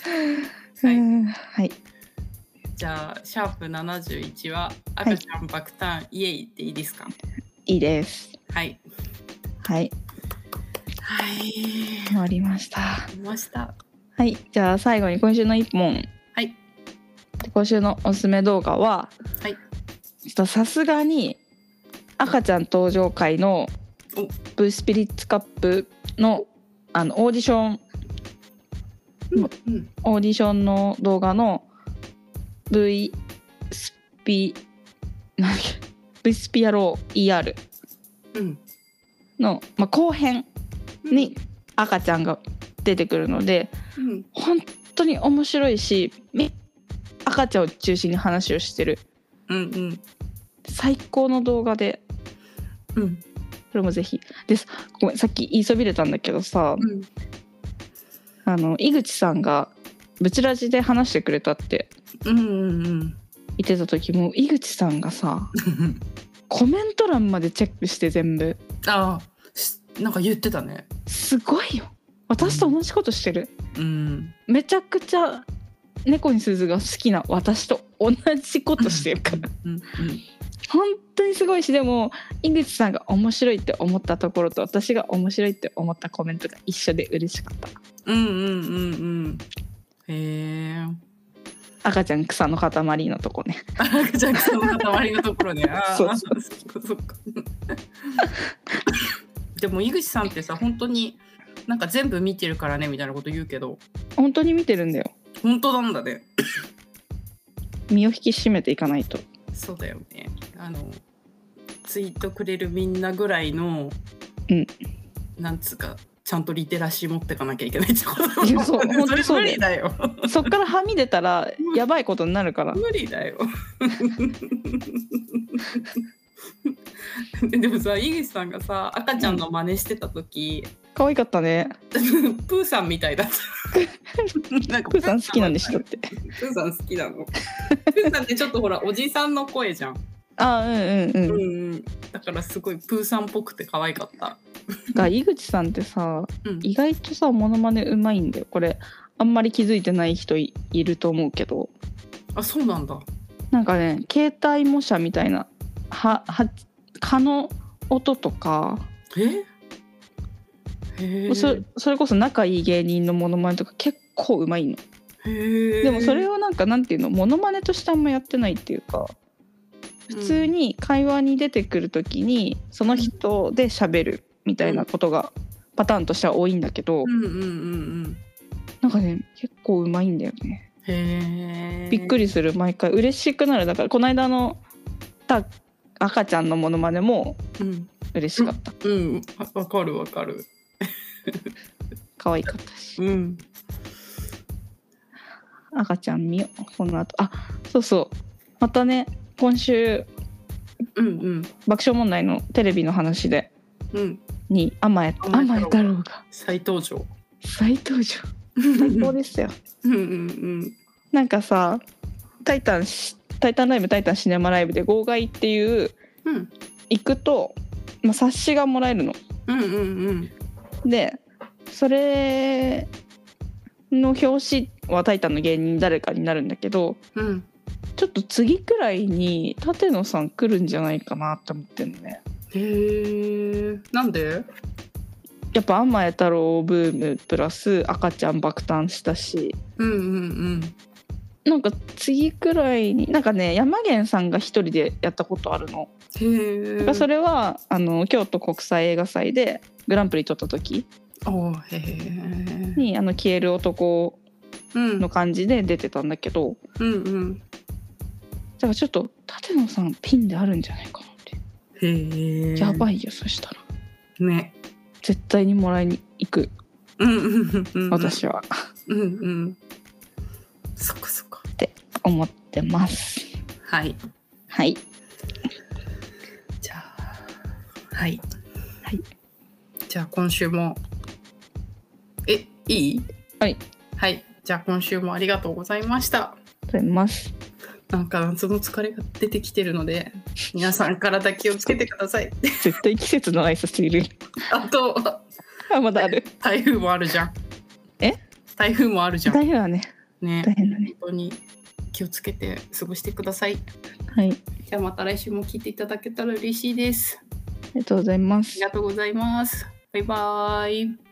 はいーうんはいじゃあ、シャープ71は赤ちゃん爆誕、イエイっていいですかいいですはい。はいはい。終わりましたりました。はいじゃあ最後に今週の一本はいで今週のおすすめ動画ははいちょっとさすがに赤ちゃん登場会のおブースピリッツカップのあのオーディションうん。うん。オーディションの動画の V スピなんだっけ V スピアロー ER うん。の、まあ、後編に赤ちゃんが出てくるのでうん。本当に面白いしみ赤ちゃんを中心に話をしてるうん。うん。最高の動画でうん。それもぜひですごめんさっき言いそびれたんだけどさうん。あの井口さんがブチラジで話してくれたってうん。うん。言ってた時も井口さんがさうん。コメント欄までチェックして全部ああ、しなんか言ってたね。すごいよ私と同じことしてるうん。めちゃくちゃ猫に鈴が好きな私と同じことしてるからうん。うん。本当にすごいしでも井口さんが面白いって思ったところと私が面白いって思ったコメントが一緒で嬉しかったうん。うん。うん。うん。へえ。赤ちゃん草の塊のとこね赤ちゃん草の塊のところね。あ ーそうそそっかそっか。 でも井口さんってさ本当になんか全部見てるからねみたいなこと言うけど 本当に見てるんだよ本当なんだね。身を引き締めていかないとそうだよね。あのツイートくれるみんなぐらいの、うんなんつうかちゃんとリテラシー持ってかなきゃいけないってこといやそう本当にそそうれ無だよ理だよ。そっからはみ出たらやばいことになるから無理だよ。 でもさ井口さんがさ赤ちゃんの真似してた時、可愛かったねプーさんみたいだっ た。なんかプーさん好きなんでしょだってプーさん好きなの。プーさんってちょっとほらおじさんの声じゃん。あーうんうんううんんうん。だからすごいプーさんっぽくて可愛かった。が井口さんってさうん。意外とさモノマネうまいんだよこれあんまり気づいてない人いいると思うけどあそうなんだ。なんかね携帯模写みたいなはは蚊の音とか、え？へえ。そそれこそ仲いい芸人のモノマネとか結構うまいのへえ。でもそれをなんかなんていうのモノマネとしてあんまやってないっていうか普通に会話に出てくる時にその人で喋るみたいなことがパターンとしては多いんだけどうんうんうんうん。なんかね結構うまいんだよねへえ。びっくり。りする毎回嬉しくなるだからこの間のた赤ちゃんのモノマネもうん嬉しかったうん。わわかるわかる。可愛かったしうん。赤ちゃん見ようこの後あそうそうまたね今週うんうん爆笑問題のテレビの話でうん。に甘え甘え甘え太太郎郎が再登場。再登場最高ですようんうんなんかさ「タイタンし」「タイタンライブ」「タイタンシネマライブ」で「号外」っていううんうん行くと、まあ、冊子がもらえるの。うんうんうんでそれの表紙は「タイタン」の芸人誰かになるんだけどうんちょっと次くらいに舘野さん来るんじゃないかなって思ってんのね。へえなんでやっぱ「安前太郎」ブームプラス赤ちゃん爆誕したしうんうんなんか次くらいになんかね山源さんが一人でやったことあるの。うんへえそれはあの京都国際映画祭でグランプリ取った時おーへえに「あの消える男」うんの感じで出てたんだけどうんうんだからちょっと舘野さんピンであるんじゃないかなって、へえやばいいよそしたらね絶対にもらいに行くうんうんうん私は、うんうんそっかそっか思ってますはいはいじゃあはいはいじゃあ今週もえいいはいはいじゃあ今週もありがとうございましたありがとうございますなんか夏の疲れが出てきてるので皆さん体気をつけてく ださい絶対季節の挨拶いるあとあまだある台風もあるじゃんえ台風もあるじゃん大変はねね大変だね本当に気をつけて過ごしてくださいはいあじゃあまた来週も聞いていただけたら嬉しいですりがとうございまあすりがとうございますバイバイ